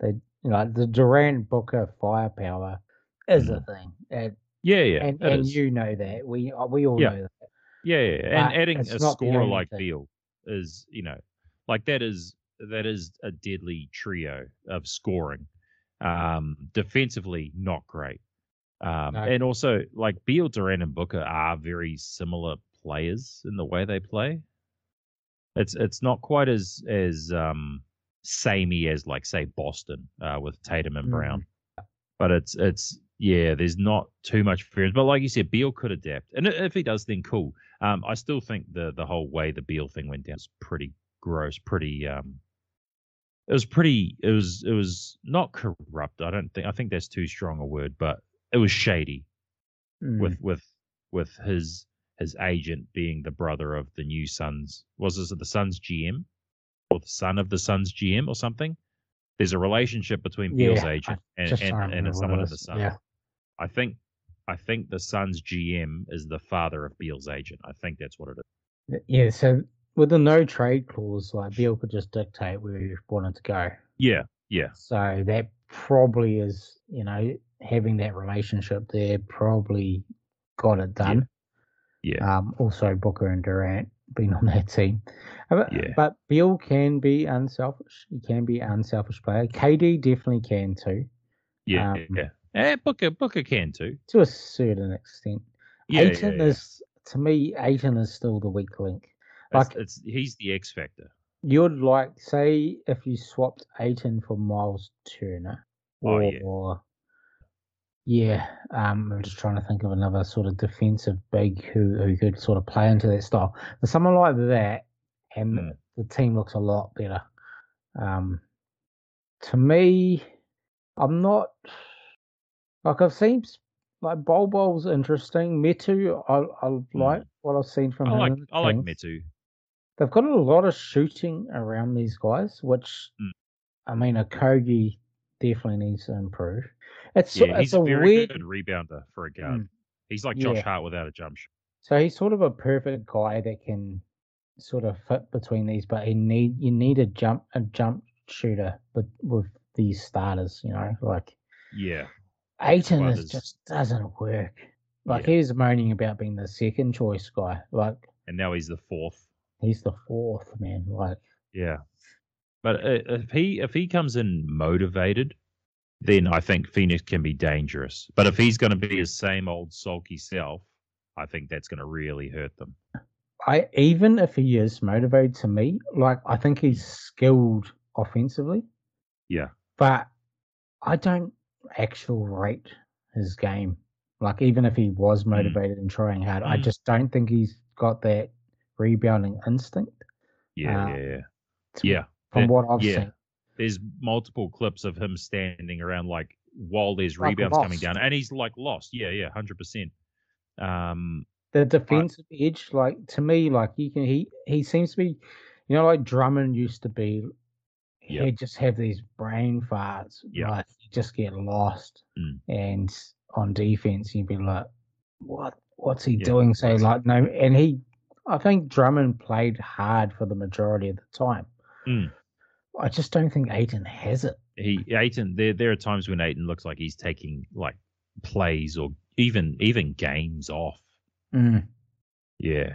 S1: they, you know, the Durant Booker firepower is a thing, and
S2: Yeah, Mm-hmm. yeah,
S1: and,
S2: it
S1: and
S2: is.
S1: you know that we uh, we all
S2: Yeah.
S1: know that.
S2: yeah, yeah, yeah.
S1: but
S2: and adding
S1: it's
S2: a
S1: not the
S2: scorer
S1: only
S2: like
S1: thing.
S2: Beal is, you know, like that is that is a deadly trio of scoring. Um, defensively, not great. Um,
S1: No.
S2: and also like Beal, Durant, and Booker are very similar players in the way they play. It's it's not quite as as um samey as like say Boston uh, with Tatum and
S1: Mm.
S2: Brown. but it's it's yeah, there's not too much variance. But like you said, Beal could adapt, and i- if he does, then cool. Um, I still think the the whole way the Beal thing went down is pretty gross, pretty um. It was pretty. It was. It was not corrupt. I don't think. I think that's too strong a word, but it was shady
S1: Mm.
S2: with with with his his agent being the brother of the new Suns. Was this the Suns GM or the son of the Suns GM or something? there's a relationship between Beal's
S1: Yeah, I
S2: agent and,
S1: just
S2: and,
S1: trying to
S2: and
S1: remember
S2: someone
S1: what
S2: at
S1: it
S2: the
S1: is.
S2: Suns.
S1: Yeah.
S2: I think I think the Suns GM is the father of Beal's agent. I think that's what it is.
S1: Th- Mm, Yeah. So with the no trade clause, like Beal could just dictate where he wanted to go.
S2: Yeah, yeah,
S1: So that probably is, you know, having that relationship there probably got it done.
S2: yeah,
S1: Um, also Booker and Durant being on that team. Uh, But,
S2: Yeah.
S1: but Bill can be unselfish. He can be an unselfish player. KD definitely can too,
S2: yeah,
S1: um,
S2: yeah. Eh, Booker Booker can too.
S1: to a certain extent.
S2: Yeah, yeah,
S1: Aiton
S2: yeah.
S1: is to me, Aiton is still the weak link.
S2: It's-
S1: like-
S2: it's he's the X factor.
S1: You'd like say if you swapped Aiton for Miles Turner.
S2: Oh, yeah.
S1: or yeah, um, I'm just trying to think of another sort of defensive big who, who could sort of play into that style. But someone like that, and
S2: Mm.
S1: the team looks a lot better. Um, to me, I'm not like I've seen s- like Bol Bol's interesting. Metu, I I like what I've seen from
S2: Hmm. I
S1: him.
S2: like
S1: in the
S2: I like
S1: teams.
S2: Metu.
S1: They've got a lot of shooting around these guys, which
S2: Mm.
S1: I mean, a Kogi definitely needs to improve. It's so-
S2: Yeah,
S1: it's
S2: he's
S1: a
S2: a very
S1: weird.
S2: good rebounder for a guard.
S1: Mm.
S2: He's like Josh
S1: Yeah.
S2: Hart without a jump shot.
S1: So he's sort of a perfect guy that can sort of fit between these, but he need you need a jump a jump shooter with with these starters. You know, like
S2: Yeah,
S1: Aiton
S2: Well,
S1: is
S2: there's-
S1: just doesn't work. Like
S2: Yeah.
S1: he was moaning about being the second choice guy. Like
S2: and now he's the fourth.
S1: he's the fourth man. Like
S2: Yeah, but uh, if he if he comes in motivated, then I think Phoenix can be dangerous. But if he's going to be his same old sulky self, I think that's going to really hurt them.
S1: I even if he is motivated to me, like I think he's skilled offensively.
S2: Yeah.
S1: But I don't actually rate his game. Like even if he was motivated and trying hard, I
S2: Mm.
S1: just don't think he's got that rebounding instinct
S2: Yeah,
S1: Uh,
S2: yeah, yeah.
S1: to-
S2: yeah.
S1: from
S2: that-
S1: what I've
S2: yeah.
S1: seen.
S2: There's multiple clips of him standing around like while there's
S1: Like
S2: rebounds coming
S1: lost.
S2: down, and he's like lost. Yeah, yeah, hundred percent. Um,
S1: The defensive edge, like to me, like you can he he seems to be you know, like Drummond used to be
S2: Yeah.
S1: he'd just have these brain farts.
S2: Yeah.
S1: Like you just get lost.
S2: Mm.
S1: And on defense you'd be like, What what's he
S2: Yeah.
S1: doing? So like no and he I think Drummond played hard for the majority of the time.
S2: Mm.
S1: I just don't think Aiton has it.
S2: he Aiton there there are times when Aiton looks like he's taking like plays or even even games off.
S1: Mm.
S2: Yeah.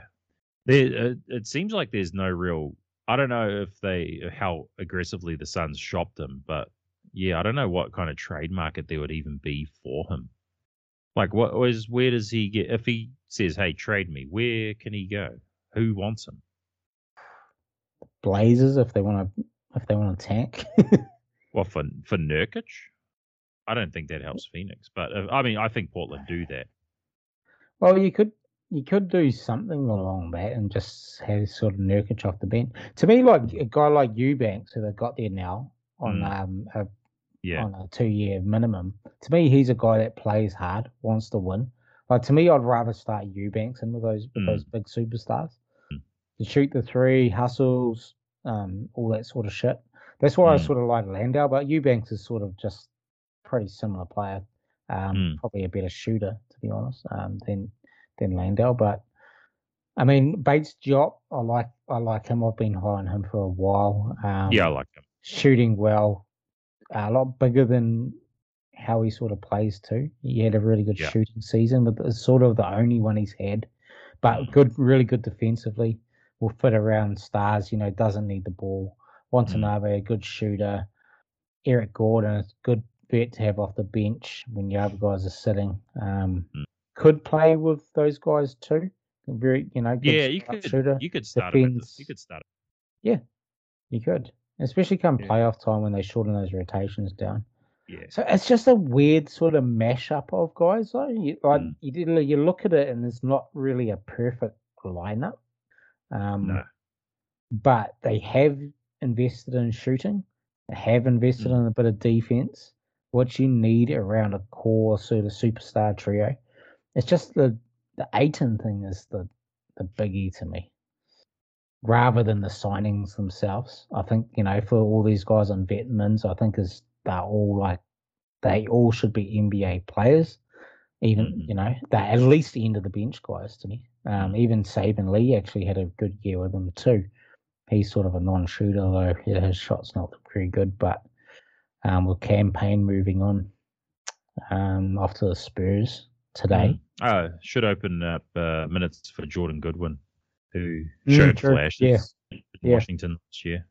S2: There, uh, it seems like there's no real. I don't know if they how aggressively the Suns shopped him, but yeah, I don't know what kind of trade market there would even be for him. Like, what is where does he get if he says, "Hey, trade me"? Where can he go? Who wants him?
S1: Blazers if they wanna if they want to tank.
S2: Well, for for Nurkic, I don't think that helps Phoenix, but uh, I mean, I think Portland do that.
S1: well you could you could do something along that and just have sort of Nurkic off the bench. To me, like a guy like Eubanks, who they've got there now on
S2: Mm.
S1: um, a
S2: Yeah,
S1: on a two year minimum. To me, he's a guy that plays hard, wants to win. Like to me, I'd rather start Eubanks in with those with
S2: Mm.
S1: those big superstars.
S2: Mm.
S1: To shoot the three, hustles, um, all that sort of shit. That's why I
S2: Mm.
S1: sort of like Landau, but Eubanks is sort of just pretty similar player. Um,
S2: Mm.
S1: probably a better shooter, to be honest, um, than than Landau. But I mean Bates Jop, I like I like him. I've been high on him for a while. Um,
S2: yeah, I like him.
S1: shooting well, a lot bigger than how he sort of plays too. He had a really good
S2: Yeah.
S1: shooting season, but it's sort of the only one he's had. But
S2: Mm.
S1: good, really good defensively. Will fit around stars. You know, doesn't need the ball.
S2: Mm.
S1: Watanabe, a good shooter. Eric Gordon, a good bet to have off the bench when your other guys are sitting. Um,
S2: Mm.
S1: Could play with those guys too. Very, you know, good
S2: Yeah, you
S1: start
S2: could
S1: shooter.
S2: you could start him. At the, you
S1: defends-
S2: could start.
S1: You could, especially come
S2: Yeah.
S1: playoff time when they shorten those rotations down.
S2: Yeah.
S1: So it's just a weird sort of mashup of guys, though. You, like
S2: Mm.
S1: you, did, you look at it, and it's not really a perfect lineup. Um,
S2: No.
S1: But they have invested in shooting. They have invested
S2: Mm.
S1: in a bit of defense, what you need around a core sort of superstar trio. It's just the the Aiton thing is the the biggie to me. rather than the signings themselves. I think, you know, for all these guys on veterans, I think is they're all like they all should be NBA players. Even,
S2: Mhm.
S1: you know, they're at least the end of the bench guys to me. Um, even Saban Lee actually had a good year with them too. He's sort of a non shooter though, yeah, his shot's not very good, but um with campaign moving on um off to the Spurs today.
S2: Oh, should open up uh, minutes for Jordan Goodwin, who
S1: Mm,
S2: showed
S1: true.
S2: flashes
S1: Yeah.
S2: in
S1: Yeah.
S2: Washington last year.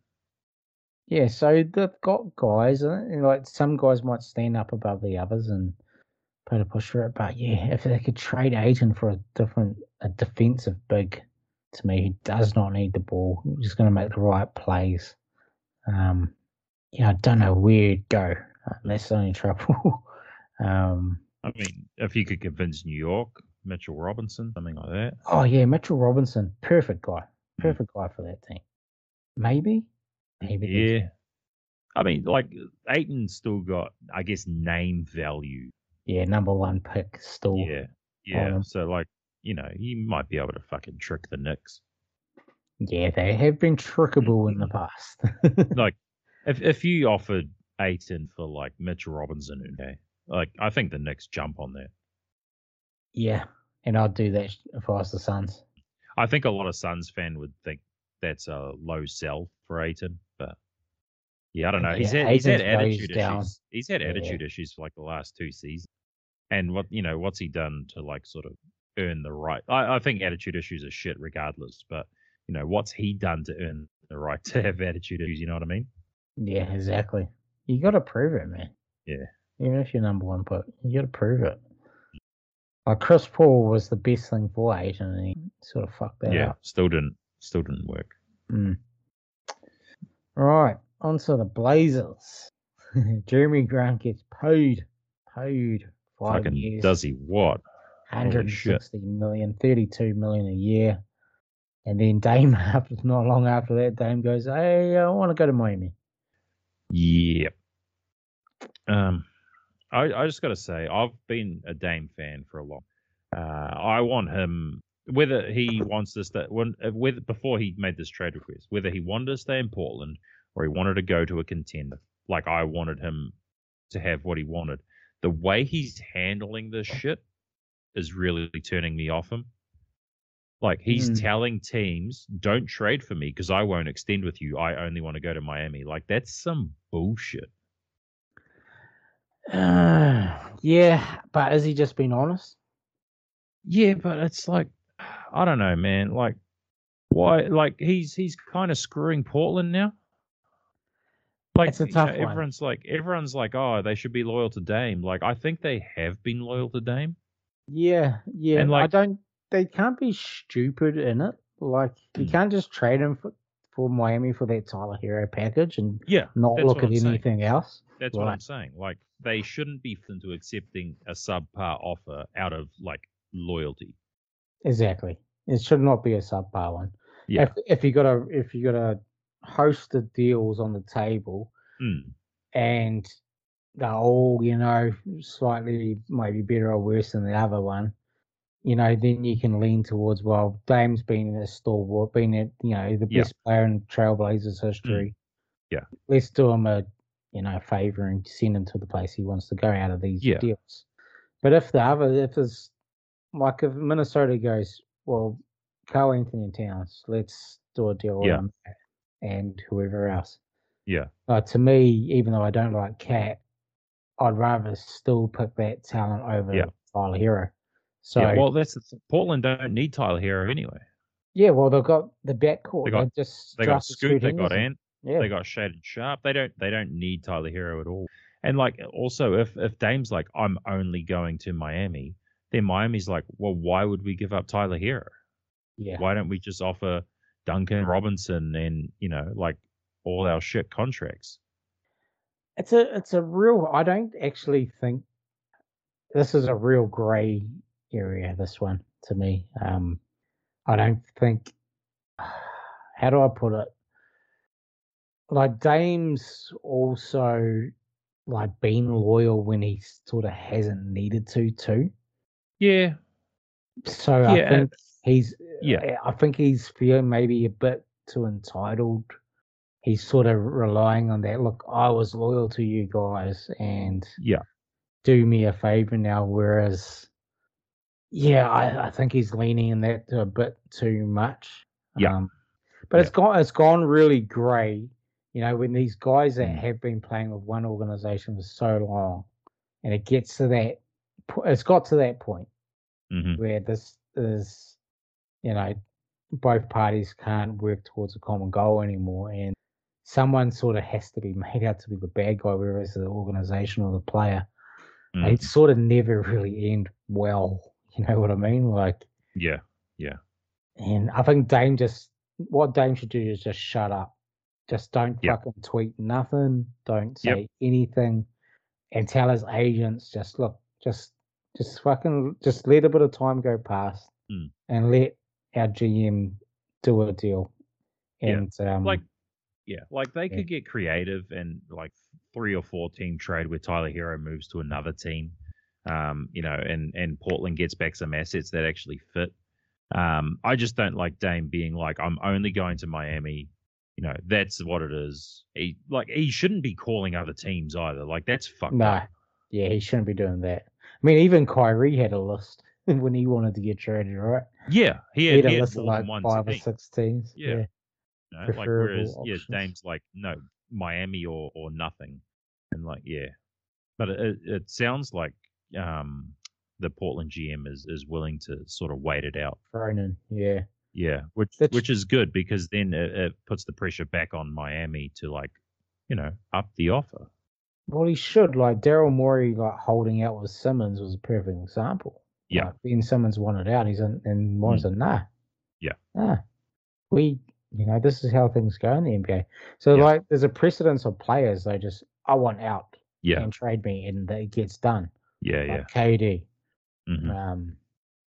S1: Yeah, so they've got guys, uh, and like some guys might stand up above the others and put a push for it. But yeah, if they could trade Aiton for a different, a defensive big to me who does not need the ball, just going to make the right plays. Um, yeah, I don't know where he'd go. Uh, That's the only trouble. um,
S2: I mean, if you could convince New York, Mitchell Robinson, something like that.
S1: oh yeah, Mitchell Robinson, perfect guy,
S2: Hmm.
S1: perfect guy for that team. Maybe, maybe. they
S2: yeah. I mean, like Aiton's still got, I guess, name value.
S1: yeah, number one pick still.
S2: Yeah. Yeah.
S1: Um,
S2: so like, you know, he might be able to fucking trick the Knicks.
S1: Yeah, they have been trickable
S2: Mm-hmm.
S1: in the past.
S2: If if you offered Aiton for like Mitchell Robinson, okay, like I think the Knicks jump on that.
S1: yeah, and I'd do that if I was the Suns.
S2: I think a lot of Suns fan would think that's a low sell for Aiton, but yeah, I don't know. He's
S1: Yeah,
S2: had he's had
S1: Aiton's value's
S2: attitude
S1: down.
S2: issues. He's had
S1: Yeah.
S2: attitude issues for like the last two seasons. And what you know, what's he done to like sort of earn the right? I, I think attitude issues are shit regardless, but you know, what's he done to earn the right to have attitude issues? You know what I mean?
S1: Yeah, exactly. You got to prove it, man.
S2: Yeah. Mm.
S1: Even if you're number one, but you got to prove it. Like Chris Paul was the best thing for Aiton, and he sort of fucked that
S2: yeah
S1: up.
S2: still didn't still didn't work.
S1: Mm. Right, on to the Blazers. Jeremy Grant gets paid, paid five
S2: Fucking
S1: years.
S2: does he what? Holy
S1: 160 million, 32 million a year. And then Dame, after, not long after that, Dame goes, Hey, I want to go to Miami.
S2: Yep. Um, I I just got to say I've been a Dame fan for a long. Uh, I want him whether he wants to stay when uh, whether before he made this trade request whether he wanted to stay in Portland or he wanted to go to a contender. Like I wanted him to have what he wanted. The way he's handling this shit is really turning me off him. Like he's
S1: Mm.
S2: telling teams, don't trade for me because I won't extend with you. I only want to go to Miami. Like that's some bullshit.
S1: Uh, yeah, but has he just been honest?
S2: Yeah, but it's like I don't know, man. Like why like he's he's kind of screwing Portland now. Like
S1: It's a
S2: you
S1: tough
S2: know,
S1: one.
S2: everyone's like everyone's like, oh, they should be loyal to Dame. Like I think they have been loyal to Dame.
S1: Yeah, yeah.
S2: And,
S1: I
S2: like-
S1: don't, they can't be stupid in it. Like, you
S2: Mm.
S1: can't just trade him for, for Miami for that Tyler Hero package and
S2: Yeah,
S1: not
S2: that's
S1: look
S2: what
S1: at
S2: I'm saying.
S1: anything else.
S2: That's what I'm
S1: Right.
S2: saying. Like they shouldn't be forced into accepting a subpar offer out of like loyalty.
S1: Exactly. It should not be a subpar one.
S2: Yeah.
S1: If, if you got a, if you got a host of deals on the table,
S2: Mm.
S1: and they're all, you know, slightly maybe better or worse than the other one, you know, then you can lean towards, well, Dame's been a stalwart, been, a, you know, the
S2: Yeah. Mm.
S1: best player in Trailblazers history.
S2: Yeah.
S1: Let's do him a, you know, favor and send him to the place he wants to go out of these
S2: Yeah.
S1: deals. But if the other, if it's like if Minnesota goes, well, Carl Anthony and Towns, let's do a deal with
S2: Yeah.
S1: him and whoever else.
S2: Yeah.
S1: Like to me, even though I don't like Cat, I'd rather still pick that talent over
S2: Yeah.
S1: Tyler Hero. So
S2: yeah. Well, that's the th- Portland don't need Tyler Hero anyway.
S1: they've got the backcourt.
S2: They
S1: They,
S2: got-
S1: just
S2: They got
S1: drafted
S2: Scoot. They got
S1: Henderson.
S2: Ant.
S1: Yeah,
S2: They got Shaded Sharp. They don't. They don't need Tyler Hero at all. And like also, if if Dame's like, I'm only going to Miami, then Miami's like, well, why would we give up Tyler Hero?
S1: yeah,
S2: Why don't we just offer Duncan Robinson and you know like all our shit contracts?
S1: It's a it's a real. I don't actually think this is a real grey area. This one to me, um, I don't think. How do I put it? Like Dame's also like been loyal when he sort of hasn't needed to too.
S2: Yeah.
S1: So I
S2: Yeah.
S1: think he's eh,
S2: Yeah.
S1: I think he's feeling maybe a bit too entitled. He's sort of relying on that. Look, I was loyal to you guys, and
S2: Yeah.
S1: do me a favor now. Whereas, yeah, I, I think he's leaning in that a bit too much.
S2: Yeah.
S1: Um, but it's gone. It's gone really grey. You know, when these guys
S2: Mm.
S1: that have been playing with one organization for so long, and it gets to that, po- it's got to that point
S2: hmm
S1: where this is, you know, both parties can't work towards a common goal anymore, and someone sort of has to be made out to be the bad guy, whether it's the organization or the player.
S2: Mm.
S1: It sort of never really end well. You know what I mean? Like,
S2: Yeah.
S1: and I think Dame just what Dame should do is just shut up. Just don't
S2: Yep.
S1: fucking tweet nothing. Don't
S2: Yep.
S1: say anything, and tell his agents just look, just just fucking just let a bit of time go past,
S2: Mm.
S1: and let our GM do a deal.
S2: Yeah.
S1: And um,
S2: Like, Yeah, like they
S1: Yeah.
S2: could get creative and like three or four team trade where Tyler Hero moves to another team, um, you know, and and Portland gets back some assets that actually fit. Um, I just don't like Dame being like, I'm only going to Miami. You know, that's what it is. He like he shouldn't be calling other teams either. Like that's fucked
S1: no,
S2: up.
S1: yeah, he shouldn't be doing that. I mean, even Kyrie had a list when he wanted to get traded, right?
S2: Yeah, he
S1: he
S2: had,
S1: had
S2: he
S1: a
S2: had
S1: list of
S2: more
S1: like
S2: than one
S1: five or
S2: team,
S1: six teams.
S2: Yeah. you know? Like whereas
S1: preferable
S2: yeah,
S1: options.
S2: Dame's like, no, Miami or or nothing, and like yeah, but it, it- it sounds like um the Portland GM is is willing to sort of wait it out.
S1: Cronin, yeah.
S2: Yeah, which
S1: That's-
S2: which is good because then it, it puts the pressure back on Miami to like, you know, up the offer.
S1: Well, he should. Like Daryl Morey, like holding out with Simmons was a perfect example.
S2: Yeah.
S1: Like, ben Simmons wanted out. He's in, and Morey
S2: Mm.
S1: said, "Nah,
S2: Yeah.
S1: nah, we, you know, this is how things go in the NBA." So
S2: Yeah.
S1: like, there's a precedence of players. They just, I want out
S2: Yeah,
S1: and trade me, and it gets done.
S2: yeah, yeah.
S1: Like KD,
S2: hmm
S1: um,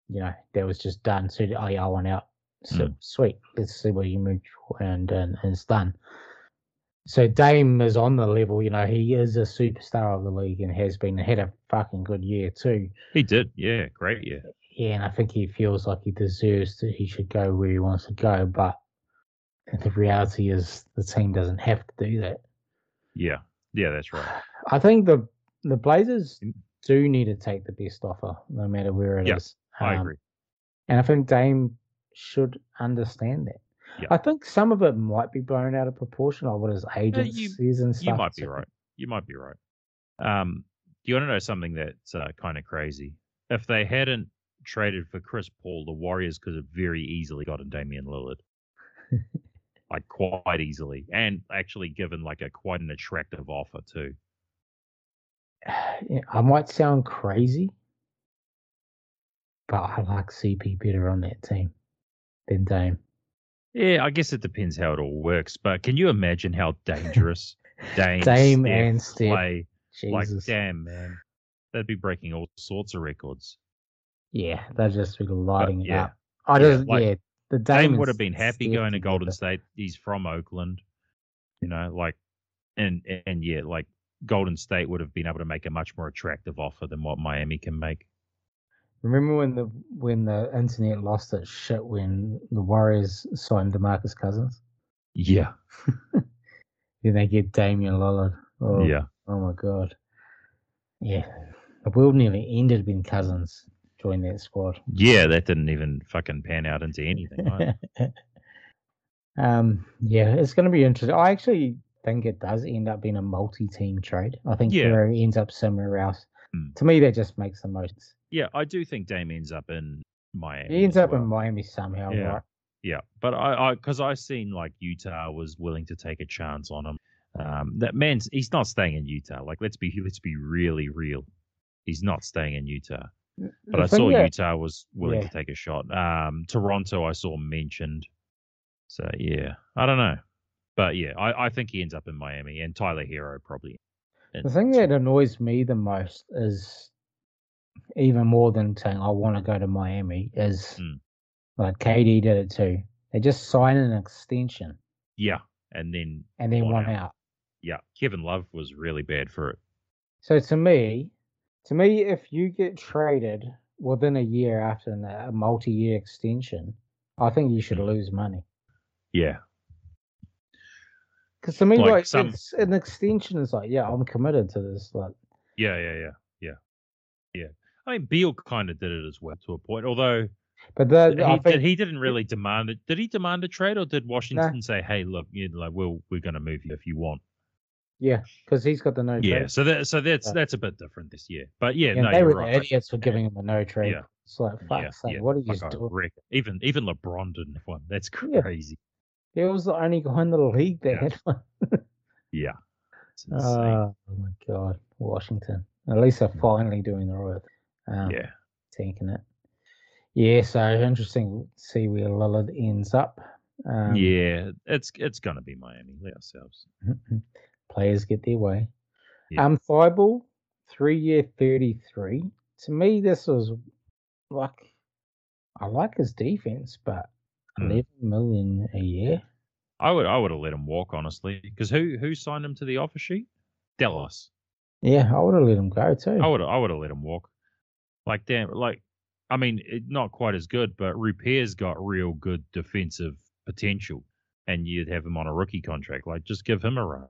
S1: you know, that was just done. So, oh yeah, I want out. So
S2: Mm.
S1: sweet. Let's see where you move and, and and it's done. So Dame is on the level. You know, he is a superstar of the league and has been had a fucking good year too.
S2: He did. Yeah, great. Yeah,
S1: Yeah, and I think he feels like he deserves to. He should go where he wants to go, but the reality is the team doesn't have to do that.
S2: yeah, yeah. That's right.
S1: I think the the Blazers
S2: Mm.
S1: do need to take the best offer, no matter where it is.
S2: Yeah, I
S1: Um,
S2: agree.
S1: And I think Dame should understand that.
S2: Yeah. Uh,
S1: I think some of it might be blown out of proportion of what his agent
S2: you-
S1: says and stuff.
S2: You might be
S1: too.
S2: right. You might be right. Um, do you want to know something that's uh, kind of crazy? If they hadn't traded for Chris Paul, the Warriors could have very easily gotten Damian Lillard, like quite easily, and actually given like a quite an attractive offer too.
S1: Yeah, I might sound crazy, but I like CP better on that team than Dame.
S2: Yeah, I guess it depends how it all works. But can you imagine how dangerous Dame,
S1: Dame
S2: Steph
S1: and Steph.
S2: play? Like,
S1: Jesus.
S2: damn man, they'd be breaking all sorts of records.
S1: Yeah, they'd just be lighting it
S2: yeah.
S1: up. I
S2: Yeah,
S1: just, yeah,
S2: like,
S1: the Dame,
S2: Dame
S1: and
S2: would have been happy
S1: Steph
S2: going to Golden
S1: together.
S2: State. He's from Oakland, you know, like, and and yeah, like Golden State would have been able to make a much more attractive offer than what Miami can make.
S1: Remember when the when the internet lost its shit when the Warriors signed DeMarcus Cousins?
S2: Yeah,
S1: Then they get Damian Lillard. Oh,
S2: yeah,
S1: Oh my god. Yeah. The world nearly ended when Cousins joined that squad.
S2: yeah. That didn't even fucking pan out into anything. Right?
S1: um, yeah, it's going to be interesting. I actually think it does end up being a multi-team trade. I think
S2: Yeah.
S1: Hero ends up somewhere else.
S2: Hmm.
S1: To me, that just makes the most. sense.
S2: yeah, I do think Dame ends up in Miami.
S1: He ends
S2: as
S1: up
S2: well.
S1: in Miami somehow,
S2: Yeah.
S1: right?
S2: Yeah, but I, I, because I seen like Utah was willing to take a chance on him. Um, that man's he's not staying in Utah. Like let's be let's be really real. He's not staying in Utah. But
S1: The
S2: I
S1: thing
S2: saw
S1: that-
S2: Utah was willing
S1: yeah.
S2: to take a shot. Um, Toronto I saw mentioned. So yeah, I don't know, but yeah, I, I think he ends up in Miami and Tyler Hero probably. in
S1: The thing that annoys me the most is even more than saying I want to go to Miami is
S2: Mm.
S1: like KD did it too. They just sign an extension
S2: yeah, and then
S1: and then
S2: Want
S1: one out.
S2: yeah, Kevin Love was really bad for it.
S1: So to me, to me, if you get traded within a year
S2: Mm-hmm.
S1: after an- a multi-year extension, I think you should lose money.
S2: Yeah,
S1: Because to me,
S2: Like
S1: like,
S2: some-
S1: it's an extension is like, yeah, I'm committed to this. Like,
S2: Yeah, yeah, yeah, yeah, yeah. I mean, Beal kind of did it as well to a point, although
S1: but the,
S2: he,
S1: I think
S2: did, he didn't really demand it. Did he demand a trade, or did Washington say, "Hey, look, you know, like we'll, we're going to move you if you want"?
S1: because he, has got the no
S2: Yeah,
S1: trade.
S2: so that so that's
S1: Yeah.
S2: that's a bit different this year. But yeah,
S1: and
S2: no,
S1: they
S2: you're
S1: were
S2: right.
S1: the idiots for giving him a no trade.
S2: Yeah.
S1: It's like, fuck,
S2: Yeah,
S1: sake,
S2: yeah.
S1: what are you
S2: Fuck, I
S1: doing?
S2: reckon. even even LeBron didn't have one. That's
S1: Yeah.
S2: crazy.
S1: It was the only guy in the league that
S2: Yeah.
S1: had one.
S2: Yeah, It's insane. Mm-hmm.
S1: Oh, my god, Washington. At least they're finally doing the right thing. Um,
S2: yeah,
S1: Taking it. Yeah, so interesting to see where Lillard ends up. Um,
S2: yeah. It's it's going to be Miami Let ourselves.
S1: Players get their way.
S2: Yeah.
S1: Um, Thibault, three year 33. To me, this was like, I like his defense, but
S2: Mm.
S1: 11 million a year.
S2: I would I would have let him walk honestly, because who who signed him to the offer sheet? Dallas.
S1: Yeah, I would have let him go too.
S2: I would I would have let him walk. Like damn, like I mean, it, not quite as good, but Rupere's got real good defensive potential, and you'd have him on a rookie contract. Like just give him a run.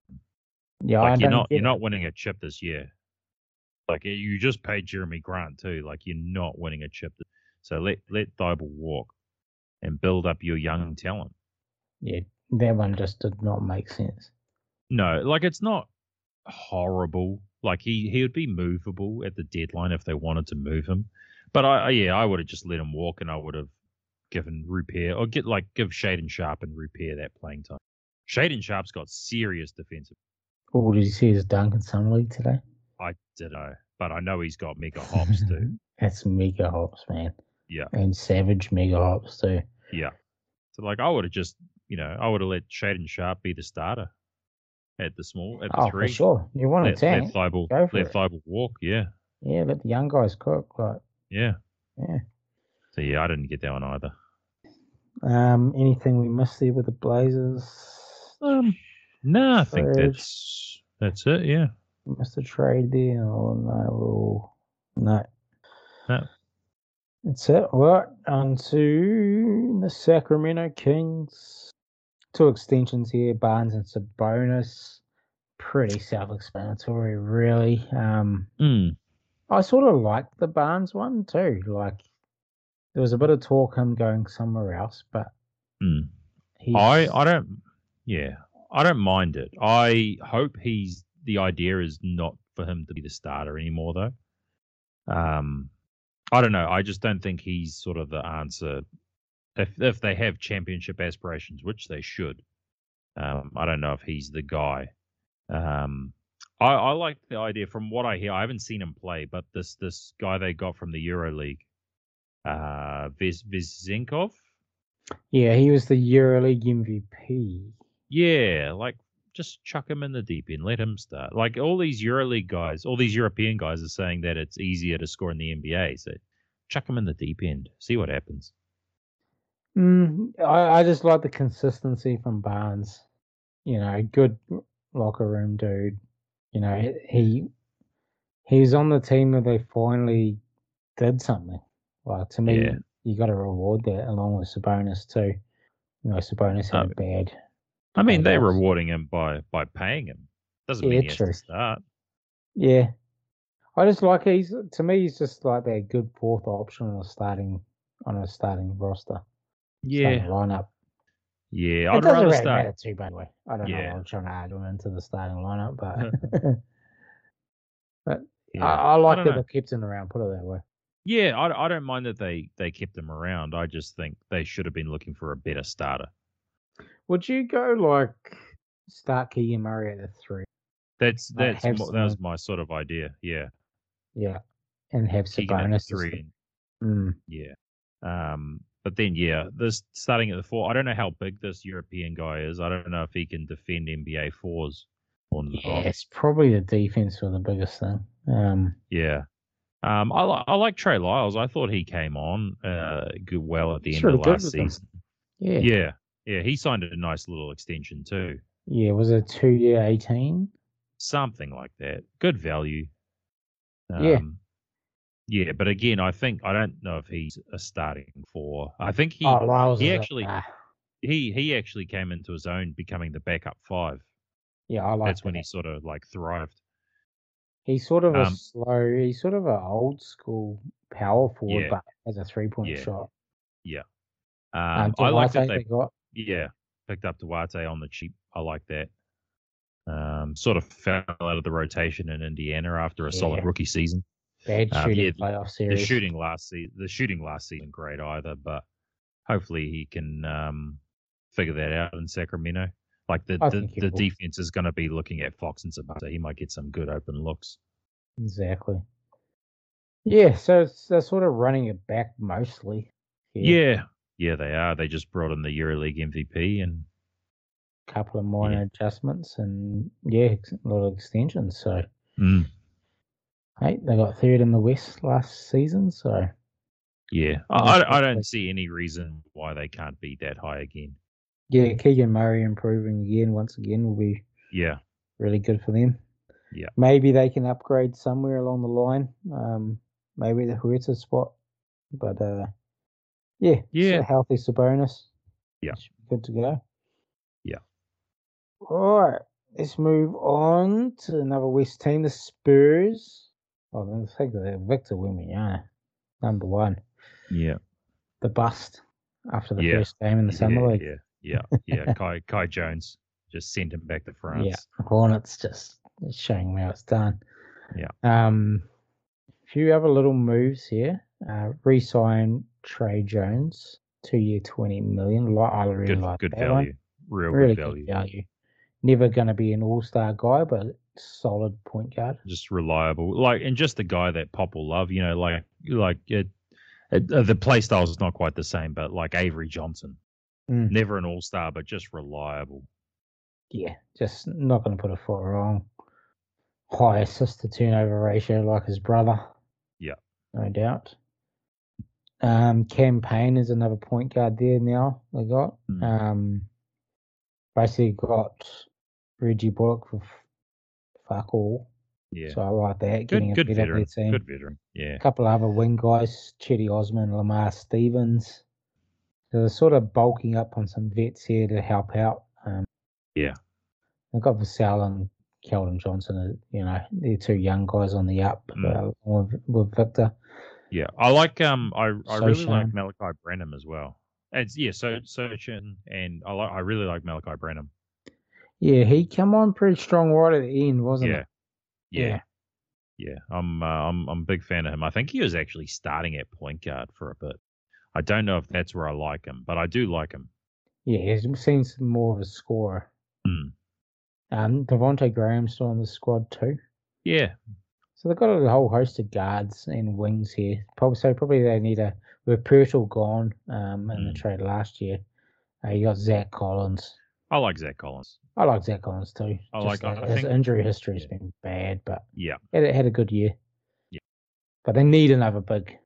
S1: yeah, I
S2: like you're
S1: don't
S2: not
S1: get
S2: you're
S1: it.
S2: not winning a chip this year. Like you- you just paid Jeremy Grant too. Like you're not winning a chip. th- So let let Thibault walk, and build up your young talent.
S1: Yeah, that one just did not make sense.
S2: No, like it's not horrible. Like he he would be movable at the deadline if they wanted to move him. But I I- yeah, I would have just let him walk, and I would have given repair or get like give Shaden Sharp and repair that playing time. Shaden Sharp's got serious defensive.
S1: Oh, did you see his dunk in some league today?
S2: I don't know, but I know he's got mega hops too.
S1: That's mega hops, man.
S2: Yeah.
S1: And savage mega hops too.
S2: So like I would have just you know I would have let Shaden Sharp be the starter at the small at the
S1: Oh,
S2: three.
S1: for sure. You want a
S2: Let, let
S1: tank.
S2: Thibault
S1: Go for
S2: let
S1: it.
S2: Thibault walk. Yeah,
S1: Yeah, let the young guys cook. Like,
S2: yeah,
S1: yeah.
S2: So yeah, I didn't get that one either.
S1: Um, anything we missed there with the Blazers?
S2: Um, no, I think
S1: Third.
S2: that's that's it. Yeah,
S1: Missed a trade there? Oh no, we're all- no.
S2: No.
S1: That's it. Right on to the Sacramento Kings. Two extensions here, Barnes and Sabonis. Pretty self-explanatory, really. Um,
S2: mm.
S1: I sort of liked the Barnes one too. Like there was a bit of talk him going somewhere else, but
S2: Mm.
S1: he's
S2: I I don't. Yeah, I don't mind it. I hope he's the idea is not for him to be the starter anymore though. Um, I don't know. I just don't think he's sort of the answer. If if they have championship aspirations, which they should, um, I don't know if he's the guy. Um, I, I like the idea. From what I hear, I haven't seen him play, but this this guy they got from the EuroLeague, uh, Vez Vezinkov,
S1: yeah, he was the EuroLeague MVP.
S2: Yeah, like just chuck him in the deep end, let him start. Like all these EuroLeague guys, all these European guys are saying that it's easier to score in the NBA, so chuck him in the deep end, see what happens.
S1: Mm, I, I just like the consistency from Barnes. You know, good locker room dude. You know, he he was on the team where they finally did something. Like to me,
S2: Yeah.
S1: you got to reward that along with Sabonis too. You know, Sabonis had
S2: Um,
S1: a bad.
S2: I mean,
S1: Oh,
S2: they're
S1: nice.
S2: rewarding him by by paying him. Doesn't
S1: Yeah,
S2: mean he has
S1: true.
S2: to start.
S1: Yeah, I just like he's to me he's just like that good fourth option on a starting on a starting roster. starting
S2: Yeah,
S1: lineup.
S2: yeah.
S1: It
S2: I'd
S1: doesn't
S2: rather
S1: really
S2: start.
S1: matter too, by the way. I don't know
S2: Yeah.
S1: why I'm trying to argue into the starting lineup, but
S2: Yeah.
S1: I, I
S2: I
S1: like
S2: don't
S1: that
S2: know.
S1: they kept him around, put it that way.
S2: Yeah, I, I don't mind that they they kept him around. I just think they should have been looking for a better starter.
S1: Would you go like start Keegan Murray at the three?
S2: That's
S1: Like,
S2: that's
S1: have
S2: mo- that was
S1: someone-
S2: my sort of idea. Yeah,
S1: Yeah. And have some
S2: Keegan at the
S1: bonus
S2: three
S1: Mm.
S2: and Yeah. Um, but then, yeah, this starting at the four. I don't know how big this European guy is. I don't know if he can defend NBA fours or not.
S1: Yeah, it's probably the defense were the biggest thing. Um,
S2: Yeah. Um, I, li- I like Trey Lyles. I thought he came on uh, good well at the
S1: He's
S2: end
S1: really
S2: of
S1: good
S2: last
S1: with them.
S2: season.
S1: yeah. yeah,
S2: Yeah. Yeah. He signed a nice little extension too.
S1: Was it two year eighteen?
S2: Something like that. Good value. Um,
S1: Yeah.
S2: Yeah. But again, I think, I don't know if he's a starting four. I think he
S1: oh, Lyles
S2: he
S1: is a-
S2: actually-
S1: ah,
S2: he he actually came into his own becoming the backup five
S1: Yeah, I like
S2: That's when
S1: that.
S2: he sort of like thrived.
S1: He's sort of a
S2: Um,
S1: slow, he's sort of an old school power forward,
S2: Yeah.
S1: but as a three point
S2: Yeah.
S1: shot.
S2: Um,
S1: Uh,
S2: I like
S1: Duarte
S2: that they
S1: got.
S2: yeah picked up Duarte on the cheap. I like that. Um, sort of fell out of the rotation in Indiana after a solid
S1: Yeah.
S2: rookie season.
S1: Bad
S2: Um,
S1: shooting
S2: yeah,
S1: playoff
S2: The
S1: series.
S2: shooting last season, the shooting last season, great either, but hopefully he can um, figure that out in Sacramento. Like the
S1: I
S2: the,
S1: think he
S2: the
S1: will.
S2: defense is going to be looking at Fox and Sabata. He might get some good open looks.
S1: Exactly. Yeah, so it's, they're sort of running it back mostly.
S2: Yeah. yeah, they are. They just brought in the EuroLeague MVP and
S1: couple of minor adjustments and yeah, ex- a lot of extensions. So
S2: mm.
S1: hey, they got third in the West last season. So
S2: yeah, I, I, I don't see any reason why they can't be that high again.
S1: yeah,
S2: Mm.
S1: Keegan Murray improving again once again will be
S2: Yeah,
S1: really good for them.
S2: Yeah.
S1: maybe they can upgrade somewhere along the line. Um, maybe the Huerta spot, but uh, yeah, so
S2: Yeah.
S1: healthy Sabonis.
S2: Yeah.
S1: Should be good to go.
S2: Yeah.
S1: All right, let's move on to another West team, the Spurs. Oh, then I think they're Victor Wembanyama, number one,
S2: yeah,
S1: the bust after the
S2: Yeah.
S1: first game in the summer league.
S2: yeah, yeah, yeah, yeah. Kai Kai Jones just sent him back to France.
S1: Yeah, Hornets just showing me how it's done.
S2: Yeah.
S1: Um, a few other little moves here. Uh, re-sign Trey Jones, two-year, twenty million. Li- I really
S2: Good
S1: like
S2: good
S1: that
S2: value,
S1: one.
S2: real
S1: Really
S2: good value.
S1: good value. Never going to be an all-star guy, but solid point guard.
S2: just reliable. Like, and just the guy that Pop will love. You know, like like it, it, uh, the play style is not quite the same, but like Avery Johnson,
S1: Mm.
S2: never an all star, but just reliable.
S1: Yeah, just not going to put a foot wrong. High assist to turnover ratio, like his brother.
S2: Yeah.
S1: no doubt. Um, campaign is another point guard there now. They got
S2: Mm.
S1: um, basically got Reggie Bullock for f- fuck all.
S2: Yeah,
S1: So I like that.
S2: good good
S1: bit of their
S2: veteran,
S1: team.
S2: good veteran. Yeah,
S1: A couple of other wing guys, Chetty Osman, Lamar Stevens. So they're sort of bulking up on some vets here to help out. Um,
S2: Yeah.
S1: They've got Vassell and Keldon Johnson, uh, you know, they're two young guys on the up
S2: Mm.
S1: uh, with, with Victor.
S2: yeah. I like um, I I
S1: So
S2: really like
S1: Shan.
S2: Malachi Branham as well. It's yeah, so Searchin and I like I really like Malachi Branham.
S1: Yeah, he come on pretty strong right at the end, wasn't
S2: Yeah,
S1: it?
S2: yeah. yeah. I'm uh, I'm I'm a big fan of him. I think he was actually starting at point guard for a bit. I don't know if that's where I like him, but I do like him.
S1: Yeah, he seems more of a scorer.
S2: Mm.
S1: Um, Devontae Graham's still on the squad too.
S2: Yeah,
S1: So they've got a whole host of guards and wings here. Probably so probably they need a with Pirtle gone um in the
S2: Mm.
S1: trade last year. Uh, you got Zach Collins.
S2: I like Zach Collins.
S1: I like Zach Collins too.
S2: I like-
S1: uh,
S2: I
S1: his
S2: think-
S1: injury history's
S2: yeah.
S1: been bad, but
S2: Yeah,
S1: it had a good year.
S2: Yeah.
S1: But they need another big.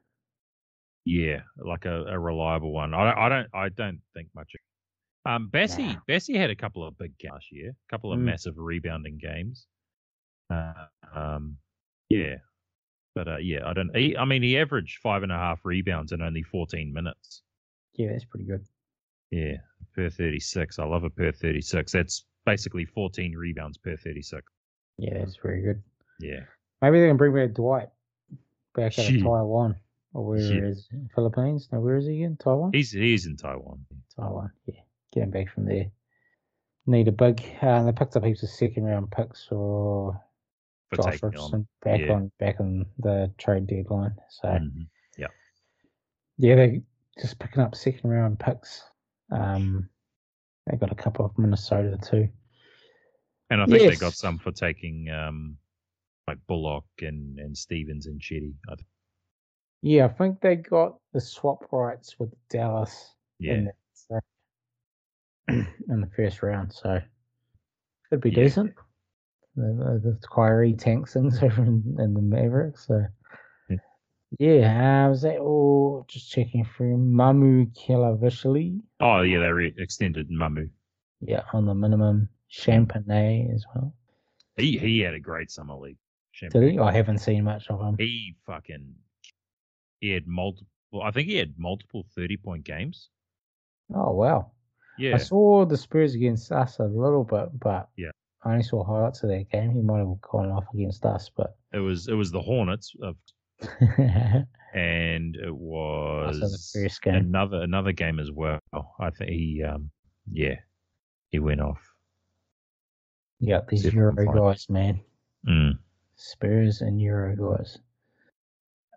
S2: yeah, like a, a reliable one. I don't, I don't, I don't think much. of- Um, Bessie,
S1: Nah.
S2: Bessie had a couple of big games last year, a couple of
S1: Mm.
S2: massive rebounding games. Uh, um, yeah, but uh, yeah, I don't. He, I mean, he averaged five and a half rebounds in only fourteen minutes.
S1: Yeah, that's pretty good.
S2: Yeah, per thirty-six. I love a per thirty-six. That's basically fourteen rebounds per thirty-six.
S1: Yeah, that's very good.
S2: Yeah,
S1: Maybe they can bring back Dwight back out
S2: Shit.
S1: of Taiwan or where
S2: Shit.
S1: is it? Philippines? No, where is he again? Taiwan.
S2: he's he's in Taiwan.
S1: Taiwan. Yeah, getting back from there. Need a big. Uh, they picked up heaps of second round picks for
S2: For
S1: Josh
S2: taking on.
S1: Richardson back
S2: yeah.
S1: on back on the trade deadline. So
S2: Mhm.
S1: yeah, they just picking up second round picks. Um, they got a couple of Minnesota too.
S2: And I think they
S1: Yes.
S2: got some for taking um, like Bullock and, and Stevens and Chetty. I th-
S1: Yeah, I think they got the swap rights with Dallas.
S2: yeah,
S1: in the, in the first round, so could be
S2: Yeah.
S1: decent. The, the the Kyrie tanks things over in, in the Mavericks, so
S2: Yeah.
S1: yeah. Uh, was that all? Just checking through Mamu Kelavishli,
S2: Oh yeah, they re- extended Mamu.
S1: yeah, on the minimum. Champagne as well.
S2: He he had a great summer league.
S1: Did
S2: Champagne.
S1: he? Oh. I haven't seen much of him.
S2: He fucking he had multiple. I think he had multiple thirty point games.
S1: Oh wow. I
S2: Yeah,
S1: saw the Spurs against us a little bit, but
S2: Yeah.
S1: I only saw highlights of that game. He might have gone off against us, but
S2: It was it was the Hornets, of, and it
S1: I saw the
S2: was
S1: first game.
S2: another another game as well. I think he, um, yeah, he went off.
S1: Yeah, these
S2: Different
S1: Euro
S2: fight.
S1: guys, man.
S2: Mm.
S1: Spurs and Euro guys.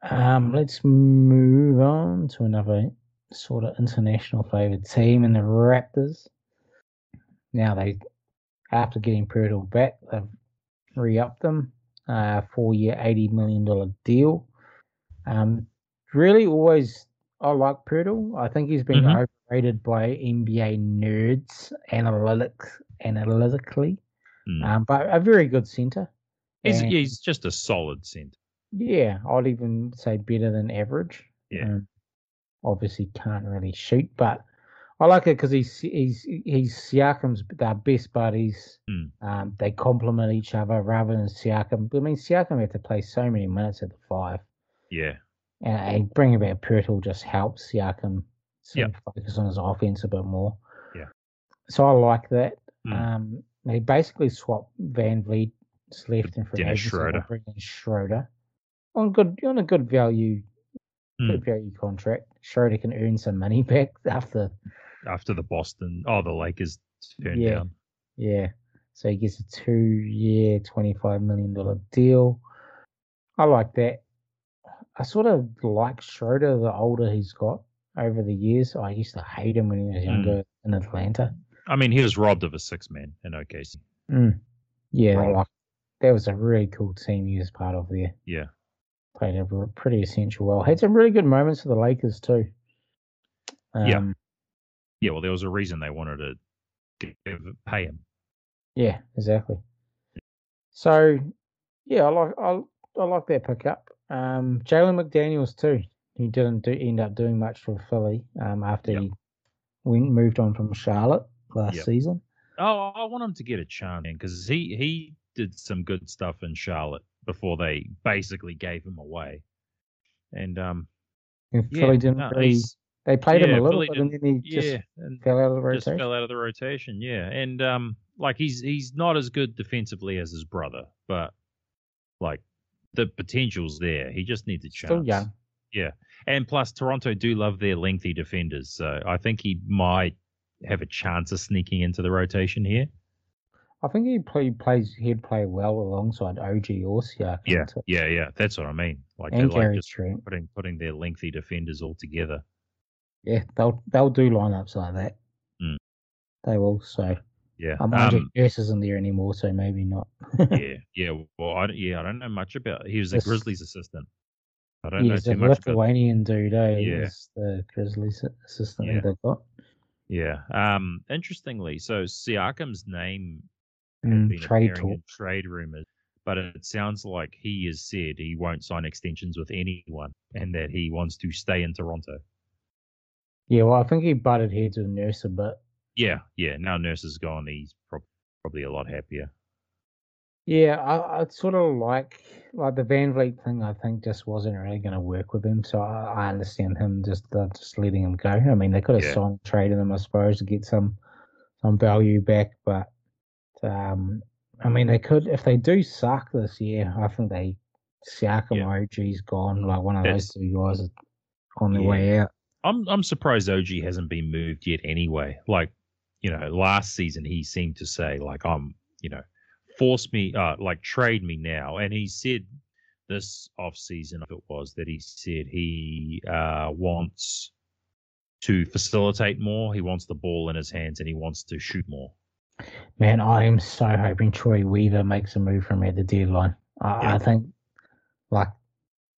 S1: Um, let's move on to another sort of international favoured team in the Raptors. Now they, after getting Pirtle back, they've re-upped them, uh, four-year, eighty million dollar deal. Um, really, always I like Pirtle. I think he's been
S2: Mhm.
S1: overrated by NBA nerds analytics analytically,
S2: Mm.
S1: um, but a very good centre.
S2: he's,
S1: and-
S2: he's just a solid centre.
S1: yeah, I'd even say better than average.
S2: Yeah.
S1: Um, obviously can't really shoot, but I like it because he's he's he's Siakam's their best buddies.
S2: Mm.
S1: Um, they complement each other rather than Siakam. I mean, Siakam had to play so many minutes at the five,
S2: Yeah,
S1: and, and bringing about Pirtle just helps Siakam sort
S2: Yep.
S1: of focus on his offense a bit more.
S2: Yeah.
S1: So I like that.
S2: Mm.
S1: Um, they basically swap Van Vliet left and free
S2: Dennis
S1: agency
S2: Schroeder.
S1: Bring in Schroeder on good on a good value, good
S2: Mm.
S1: value contract. Schroeder can earn some money back after
S2: after the Boston, oh the Lakers turned
S1: Yeah.
S2: down.
S1: yeah. So he gets a two-year, twenty-five million dollar deal. I like that. I sort of like Schroeder the older he's got over the years. I used to hate him when he was
S2: Mm.
S1: younger in Atlanta.
S2: I mean, he was robbed of a six man in OKC.
S1: Yeah,
S2: Right.
S1: like that was a really cool team he was part of there.
S2: Yeah.
S1: Played a r- pretty essential role. Had some really good moments for the Lakers too. Um,
S2: Yeah. Yeah, well, there was a reason they wanted to g- give, pay him.
S1: Yeah, exactly. So, yeah, I like I, I like that pickup. Um, Jalen McDaniels too. He didn't do, end up doing much for Philly um, after
S2: Yep.
S1: he went moved on from Charlotte last
S2: Yep.
S1: season.
S2: Oh, I want him to get a chance because he he did some good stuff in Charlotte before they basically gave him away. And um,
S1: And
S2: yeah,
S1: Philly didn't
S2: no,
S1: really.
S2: he's-
S1: They played him
S2: yeah,
S1: a little
S2: Philly
S1: bit, and then he
S2: yeah,
S1: just
S2: and
S1: fell out of the
S2: just
S1: rotation.
S2: fell out of the rotation. Yeah, and um, like he's he's not as good defensively as his brother, but like the potential's there. He just needs a chance.
S1: Still young.
S2: And plus, Toronto do love their lengthy defenders, so I think he might have a chance of sneaking into the rotation here.
S1: I think he play, plays. He'd play well alongside OG or Siakam.
S2: Yeah,
S1: too,
S2: yeah, yeah. That's what I mean. Like they
S1: uh, and
S2: like
S1: Gary
S2: just
S1: Trent.
S2: putting putting their lengthy defenders all together.
S1: Yeah, they'll they'll do lineups like that.
S2: Mm.
S1: They will. So
S2: Yeah.
S1: I'm Andre
S2: Um,
S1: Nurse isn't there anymore, so maybe not.
S2: yeah, yeah. Well, I, don't- yeah, I don't know much about. He was the
S1: This-
S2: Grizzlies' assistant. I don't
S1: He's
S2: know
S1: a
S2: too much about.
S1: Lithuanian dude, eh?
S2: Yeah.
S1: He's the Grizzlies assistant
S2: Yeah.
S1: that they've got.
S2: Yeah. Um. Interestingly, so Siakam's name had
S1: Mm,
S2: been
S1: trade
S2: appearing
S1: talk.
S2: in trade rumors, but it sounds like he has said he won't sign extensions with anyone, and that he wants to stay in Toronto.
S1: Yeah, well, I think he butted heads with Nurse a bit.
S2: Yeah, yeah. Now Nurse is gone. He's prob- probably a lot happier.
S1: Yeah, I, I sort of like like the Van Vliet thing. I think just wasn't really going to work with him, so I, I understand him just uh, just letting him go. I mean, they could have
S2: Yeah.
S1: signed traded him, I suppose, to get some some value back. But um, I mean, they could if they do suck this year. I think they Siakam
S2: Yeah.
S1: or OG's gone. Like one of
S2: That's-
S1: those two guys is on their
S2: Yeah.
S1: way out.
S2: I'm I'm surprised OG hasn't been moved yet anyway. Like, you know, last season he seemed to say like I'm, you know, force me uh like trade me now and he said this off season it was that he said he uh wants to facilitate more, he wants the ball in his hands and he wants to shoot more.
S1: Man, I am so hoping Troy Weaver makes a move from at the deadline. I,
S2: Yeah.
S1: I think, like,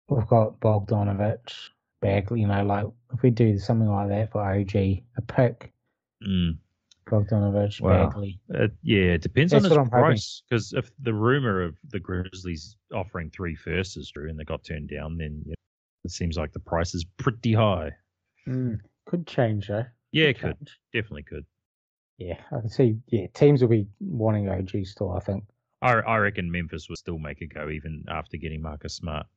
S1: we've got Bogdanovich, Bagley, you know, like, if we do something like that for OG, a pick,
S2: Mm.
S1: Bogdanovich,
S2: Wow.
S1: Bagley.
S2: Uh, yeah, it depends
S1: That's
S2: on his
S1: what I'm hoping.
S2: price because if the rumor of the Grizzlies offering three firsts is true and they got turned down, then you know, it seems like the price is pretty high.
S1: Hmm. Could change, though.
S2: Yeah, it could. Definitely could.
S1: Yeah, I can see. Yeah, teams will be wanting OG still, I think.
S2: I, I reckon Memphis would still make a go even after getting Marcus Smart.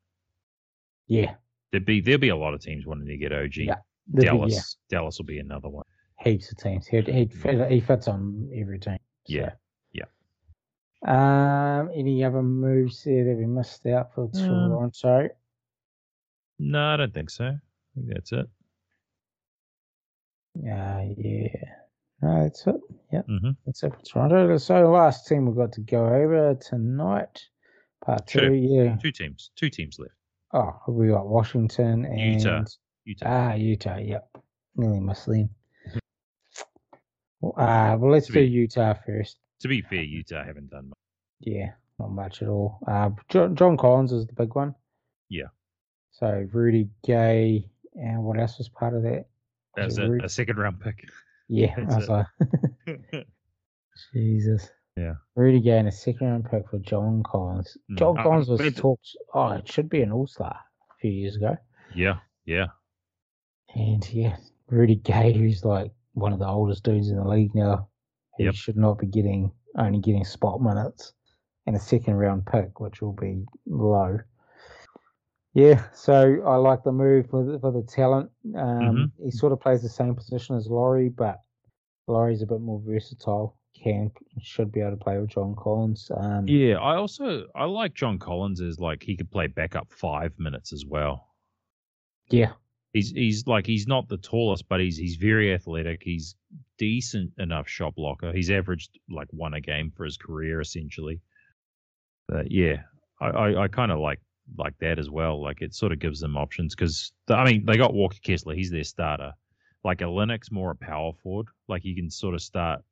S1: Yeah.
S2: There'd be there'd be a lot of teams wanting to get OG.
S1: Yeah, there'd be-
S2: Dallas Dallas will be another one.
S1: yeah, heaps of teams. He'd, he'd fit, he fits on every team.
S2: Yeah,
S1: so.
S2: yeah.
S1: Um, any other moves there that we missed out for
S2: Um,
S1: Toronto?
S2: No, I don't think so. I think that's it.
S1: Yeah, Ah, yeah. No, that's it. Yep,
S2: Mhm.
S1: that's it for Toronto. So the last team we've got to go over tonight, part two.
S2: Sure.
S1: Yeah.
S2: Two teams. Two teams left.
S1: Oh, we got Washington and
S2: Utah. Utah.
S1: Ah, Utah. Yep, nearly missed them. Well, uh, well, let's
S2: To
S1: do
S2: be-
S1: Utah first.
S2: to be fair, Utah haven't done much.
S1: Yeah, not much at all. Uh, John, John Collins is the big one.
S2: Yeah.
S1: So Rudy Gay and what else was part of that?
S2: That's
S1: it
S2: it.
S1: Rudy?
S2: A second round pick.
S1: Yeah, I
S2: That's
S1: was
S2: it.
S1: like, Jesus.
S2: Yeah.
S1: Rudy Gay and a second round pick for John Collins.
S2: Mm.
S1: John
S2: I- I
S1: Collins was
S2: read that-
S1: talked. Oh, it should be an All Star a few years ago.
S2: yeah, yeah.
S1: And yeah, Rudy Gay, who's like one of the oldest dudes in the league now, who
S2: Yep.
S1: should not be getting only getting spot minutes and a second round pick, which will be low. Yeah, so I like the move for the, for the talent. Um,
S2: Mm-hmm.
S1: He sort of plays the same position as Laurie, but Laurie's a bit more versatile. Can should be able to play with John Collins. Um,
S2: Yeah, I also I like John Collins is like he could play backup five minutes as well.
S1: yeah,
S2: He's he's like he's not the tallest, but he's he's very athletic. He's decent enough shot blocker. He's averaged like one a game for his career essentially. But yeah, I I, I kind of like like that as well. Like it sort of gives them options because I mean they got Walker Kessler. He's their starter. Like a Linux more a power forward. Like you can sort of start,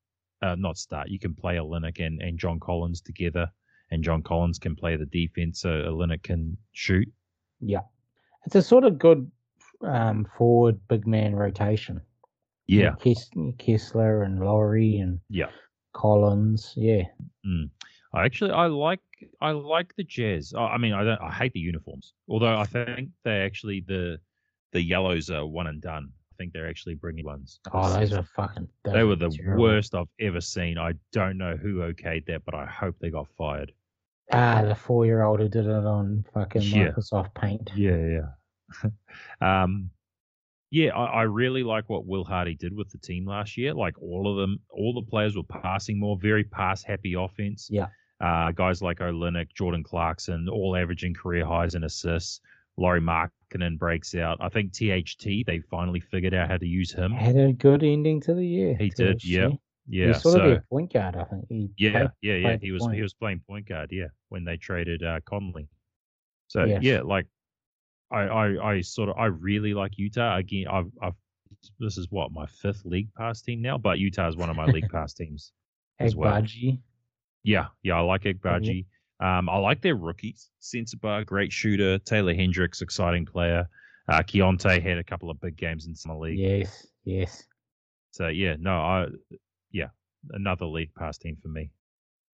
S2: uh, not start. You can play a Linux and and John Collins together, and John Collins can play the defense. So a Linux can shoot.
S1: it's a sort of good um, forward big man rotation.
S2: Yeah,
S1: Kess- Kessler and Laurie and
S2: Yeah.
S1: Collins. Yeah.
S2: I actually I like I like the Jazz. I, I mean I don't I hate the uniforms. Although I think they actually the the yellows are one and done. I think they're actually bringing ones.
S1: Oh,
S2: This
S1: those
S2: season.
S1: are fucking. those
S2: they
S1: are
S2: were the
S1: terrible.
S2: worst I've ever seen. I don't know who okayed that, but I hope they got fired.
S1: Ah, the four-year-old who did it on fucking
S2: Yeah.
S1: Microsoft Paint.
S2: Yeah, yeah. um, yeah, I, I really like what Will Hardy did with the team last year. Like all of them, all the players were passing more, very pass happy offense.
S1: Yeah.
S2: Uh, guys like Olenek, Jordan Clarkson, all averaging career highs in assists. Laurie Markkinen breaks out. I think THT, they finally figured out how to use him.
S1: Had a good ending to the year.
S2: He
S1: to
S2: did, yeah.
S1: actually.
S2: Yeah.
S1: He's sort
S2: so,
S1: of their point guard, I think. He
S2: yeah,
S1: played-
S2: yeah, yeah.
S1: played
S2: He
S1: the
S2: was
S1: point.
S2: he was playing point guard, yeah, when they traded uh, Conley. So
S1: Yes.
S2: yeah, like I, I I sort of I really like Utah again. I've I've this is what my fifth league pass team now, but Utah is one of my league pass teams. as well.
S1: Agbaji.
S2: Yeah, yeah, I like Igbaji. Um, I like their rookies. Sensabar, great shooter. Taylor Hendricks, exciting player. Uh, Keontae had a couple of big games in summer league.
S1: Yes, yes.
S2: So yeah, no, I yeah, another league pass team for me.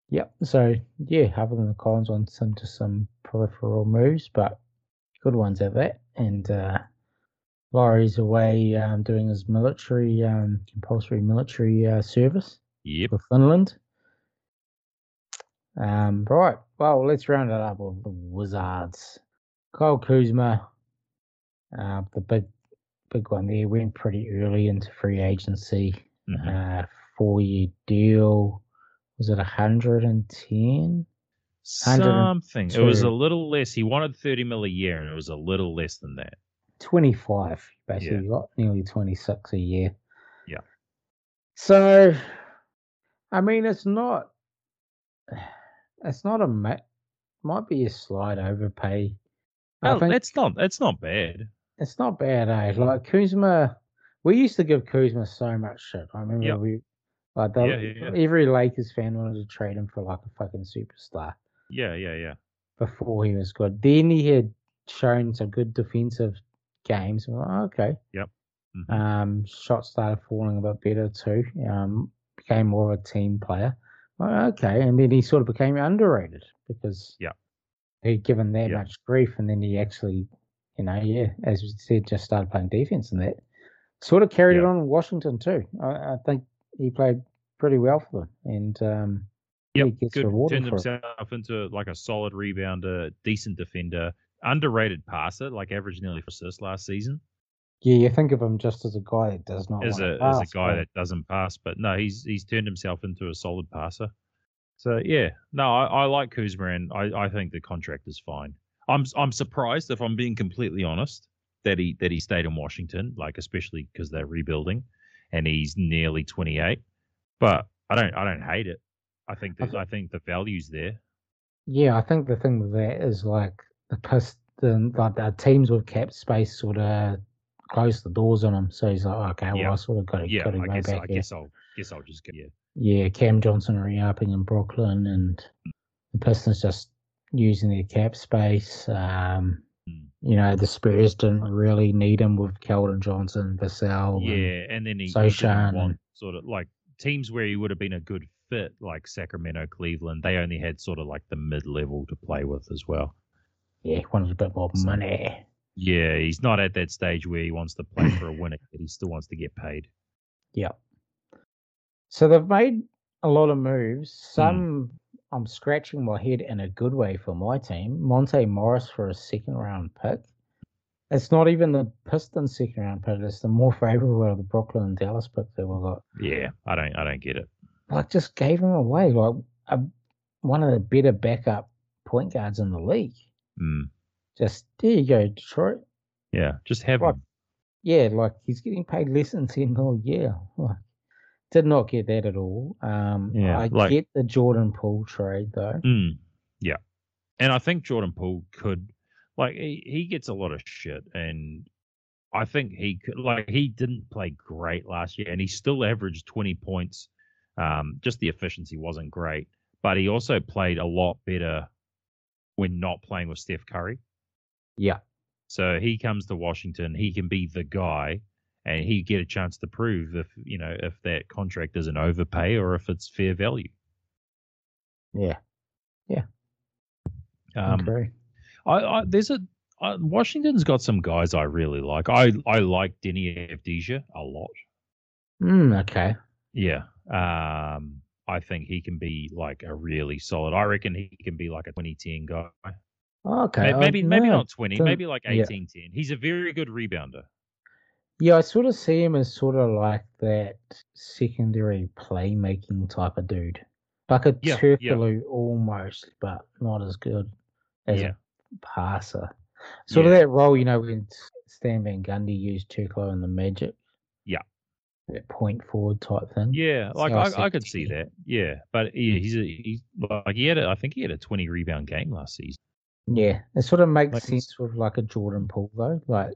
S1: Yep. So yeah, other than the Collins one, some just some peripheral moves, but good ones at that. And uh Laurie's away um, doing his military um, compulsory military uh, service
S2: Yep.
S1: for Finland. Um, right. Well, let's round it up with the Wizards. Kyle Kuzma, uh, the big big one there, went pretty early into free agency
S2: Mhm.
S1: uh, four year deal. Was it 110? 102.
S2: Something. It was a little less. He wanted 30 mil a year, and it was a little less than that.
S1: 25, basically. Got nearly 26 a year.
S2: Yeah.
S1: So, I mean, it's not, it's not a, ma- might be a slight overpay. I
S2: No,
S1: think
S2: Oh, that's not that's not bad.
S1: it's not bad, eh? Like Kuzma, we used to give Kuzma so much shit. I remember
S2: Yep.
S1: we, like, the,
S2: Yeah, yeah,
S1: every Lakers fan wanted to trade him for like a fucking superstar.
S2: Yeah, yeah, yeah.
S1: before he was good. Then he had shown some good defensive games. I'm like, "Oh, okay.
S2: Yep. Mhm.
S1: Um, shots started falling a bit better too. Um, became more of a team player. Well, okay, and then he sort of became underrated because
S2: Yep.
S1: he'd given that
S2: Yep.
S1: much grief, and then he actually, you know, yeah, as you said, just started playing defense and that sort of carried it
S2: Yeah.
S1: on in Washington too. I, I think he played pretty well for them, and um,
S2: Yep,
S1: he gets
S2: Good.
S1: rewarded
S2: Turned
S1: for it.
S2: himself into like a solid rebounder, decent defender, underrated passer, like averaged nearly for assists last season.
S1: Yeah, you think of him just as a guy that does not
S2: As
S1: want
S2: a
S1: to
S2: as
S1: pass,
S2: a guy
S1: but
S2: that doesn't pass, but no, he's he's turned himself into a solid passer. So yeah, no, I, I like Kuzma, and I, I think the contract is fine. I'm I'm surprised if I'm being completely honest that he that he stayed in Washington, like especially because they're rebuilding, and he's nearly 28. But I don't I don't hate it. I think that, I, th- I think the value's there.
S1: Yeah, I think the thing with that is like the pist- the like the teams with cap space sort of close the doors on him. So he's like, okay, well,
S2: Yeah.
S1: I sort of got to,
S2: Yeah,
S1: got to
S2: I
S1: go
S2: guess
S1: back
S2: I
S1: here.
S2: guess I'll guess I'll just get yeah.
S1: Yeah, Cam Johnson re-upping in Brooklyn, and the Pistons just using their cap space. Um,
S2: Mm.
S1: you know, the Spurs didn't really need him with Keldon Johnson, Vassell. and-
S2: Yeah, and then he
S1: So
S2: so
S1: Shan-
S2: want sort of like teams where he would have been a good fit, like Sacramento, Cleveland. They only had sort of like the mid level to play with as well.
S1: yeah, wanted a bit more
S2: So-
S1: money.
S2: Yeah, he's not at that stage where he wants to play for a winner, but he still wants to get paid.
S1: Yeah. So they've made a lot of moves. Some I'm scratching my head in a good way for my team. Monte Morris for a second round pick. It's not even the Pistons second round pick. It's the more favourable of the Brooklyn and Dallas pick that we got.
S2: Yeah, I don't, I don't get it.
S1: like just gave him away. Like a, one of the better backup point guards in the league.
S2: Mm,
S1: Just there you go, Detroit.
S2: yeah, just have
S1: Right.
S2: him.
S1: Yeah, like he's getting paid less than ten mil a year. Like, did not get that at all. Um,
S2: Yeah,
S1: I
S2: like-
S1: get the Jordan Poole trade though.
S2: Mm, yeah, and I think Jordan Poole could, like, he, he gets a lot of shit, and I think he could, like, he didn't play great last year, and he still averaged twenty points. Um, just the efficiency wasn't great, but he also played a lot better when not playing with Steph Curry.
S1: Yeah,
S2: So he comes to Washington, he can be the guy, and he get a chance to prove if you know if that contract is an overpay or if it's fair value.
S1: yeah,
S2: Um,
S1: agree.
S2: I, I there's a I, Washington's got some guys I really like. I I like Denny Avdija a lot.
S1: Mm, okay.
S2: Yeah. Um, I think he can be like a really solid. I reckon he can be like a 2010 guy.
S1: Oh, Okay.
S2: May-
S1: I
S2: Maybe
S1: don't
S2: maybe
S1: know.
S2: not 20,
S1: Don't-
S2: maybe like
S1: yeah. Mm-hmm.
S2: 18 10. He's a very good rebounder.
S1: Yeah, I sort of see him as sort of like that secondary playmaking type of dude, like a
S2: Yeah, yeah.
S1: Turkoglu almost, but not as good as
S2: Yeah.
S1: a passer. Sort of
S2: Yeah.
S1: that role, you know, when S- Stan Van Gundy used Turkoglu in the Magic.
S2: Yeah.
S1: that point forward type thing.
S2: Yeah, like
S1: So I said
S2: I, I could see
S1: 10.
S2: that. Yeah, but yeah,
S1: Mm-hmm.
S2: he's a, he's like he had a, I think he had a 20 rebound game last season.
S1: Yeah, it sort of makes
S2: Like it's-
S1: sense with like a Jordan Poole though, like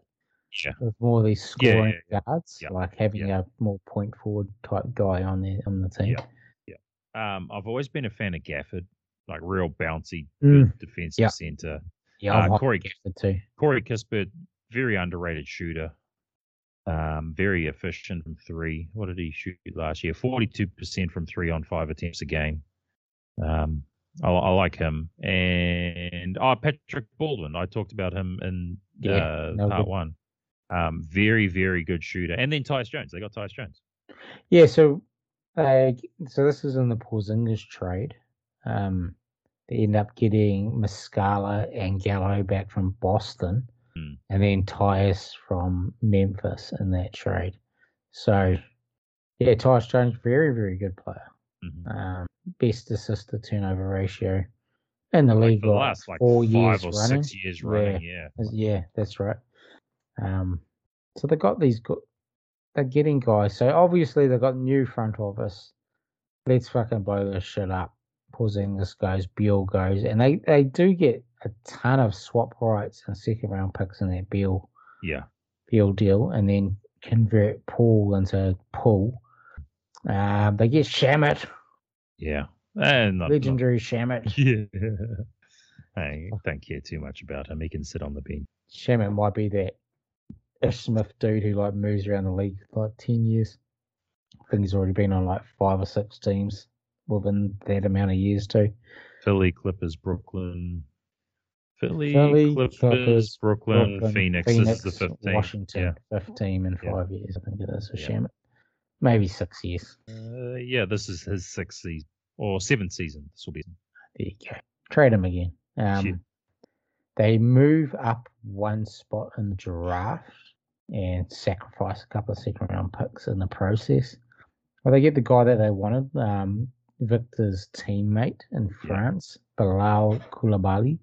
S2: Yeah.
S1: with more of these
S2: Yeah, yeah,
S1: scoring guards,
S2: yeah,
S1: like having a more point forward type guy on the on the team.
S2: Yeah. Um, I've always been a fan of Gafford, like real bouncy,
S1: Mm.
S2: good defensive
S1: Yeah.
S2: center.
S1: Yeah,
S2: Uh,
S1: I'm hot
S2: Corey-
S1: for too.
S2: Corey Kispert, very underrated shooter. Um, very efficient from three. What did he shoot last year? Forty-two percent from three on five attempts a game. Um, I, I like him. And oh, Patrick Baldwin. I talked about him in
S1: Yeah,
S2: uh,
S1: no
S2: part
S1: good.
S2: one. Um, very, very good shooter. And then Tyus Jones. They got Tyus Jones.
S1: Yeah, so uh, so this is in the Porzingis trade. Um, they end up getting Muscala and Gallo back from Boston,
S2: Hmm.
S1: and then Tyus from Memphis in that trade. So yeah, Tyus Jones, very very good player.
S2: Mhm.
S1: Um, best assist to turnover ratio in the league
S2: For the last like
S1: four
S2: five
S1: years
S2: or
S1: running.
S2: six years
S1: Yeah.
S2: running. Yeah.
S1: Is- Yeah, that's right. Um, so they got these good. They're getting guys. So obviously they got new front office. Let's fucking blow this shit up. Porzingis goes, Beal goes, and they they do get a ton of swap rights and second round picks in that Beal
S2: Yeah.
S1: Beal deal, and then convert Paul into Paul. Uh, they get Shamit,
S2: Yeah. And not- not-
S1: legendary Shamit.
S2: Yeah. I
S1: Oh.
S2: don't care too much about him. He can sit on the bench.
S1: Shamit might be that Ish Smith dude who like moves around the league for like ten years. I think he's already been on like five or six teams within that amount of years too.
S2: Philly, Clippers, Brooklyn. Philly,
S1: Philly,
S2: Clippers,
S1: Clippers,
S2: Brooklyn, Phoenix. This is the 15.
S1: Washington, fifteen in
S2: Yeah.
S1: five years. I think it is for
S2: Yeah.
S1: Shamit. Maybe six years.
S2: Yeah. Uh, yeah, this is his sixth season or seventh season. This will be.
S1: There you go. Trade him again. Um,
S2: Shit.
S1: They move up one spot in the draft and sacrifice a couple of second round picks in the process. Well, they get the guy that they wanted, um, Victor's teammate in France, Bilal Koulibaly.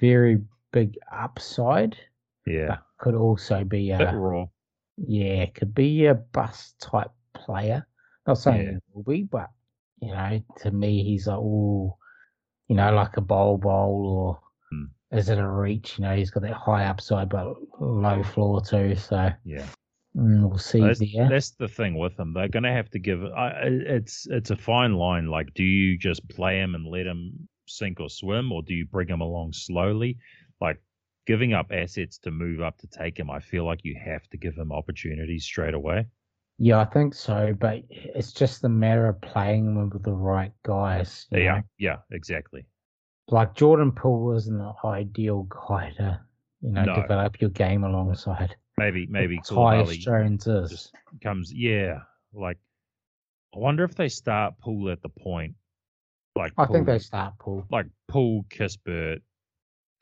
S1: Very big upside.
S2: Yeah.
S1: Could also be
S2: A
S1: a
S2: bit raw.
S1: yeah, could be a bust type player. Not saying
S2: Yeah.
S1: he will be, but you know, to me, he's like, oh, you know, like a bowl bowl or
S2: Hmm.
S1: is it a reach? You know, he's got that high upside but low floor too. So
S2: Yeah.
S1: mm, we'll see
S2: That's,
S1: there.
S2: that's the thing with him. They're going to have to give. I, I- it's it's a fine line. Like, do you just play him and let him sink or swim, or do you bring him along slowly? Like, giving up assets to move up to take him. I feel like you have to give him opportunities straight away.
S1: Yeah, I think so, but it's just a matter of playing with the right guys. you
S2: Yeah.
S1: know.
S2: Yeah. Exactly.
S1: like Jordan Poole wasn't an ideal guy to you know
S2: No.
S1: develop your game alongside.
S2: Maybe maybe
S1: Tyus
S2: Koulibaly
S1: Jones is.
S2: just comes. Yeah. Like, I wonder if they start pool at the point. Like,
S1: I think
S2: Poole-
S1: they start Poole.
S2: like Paul Kispert,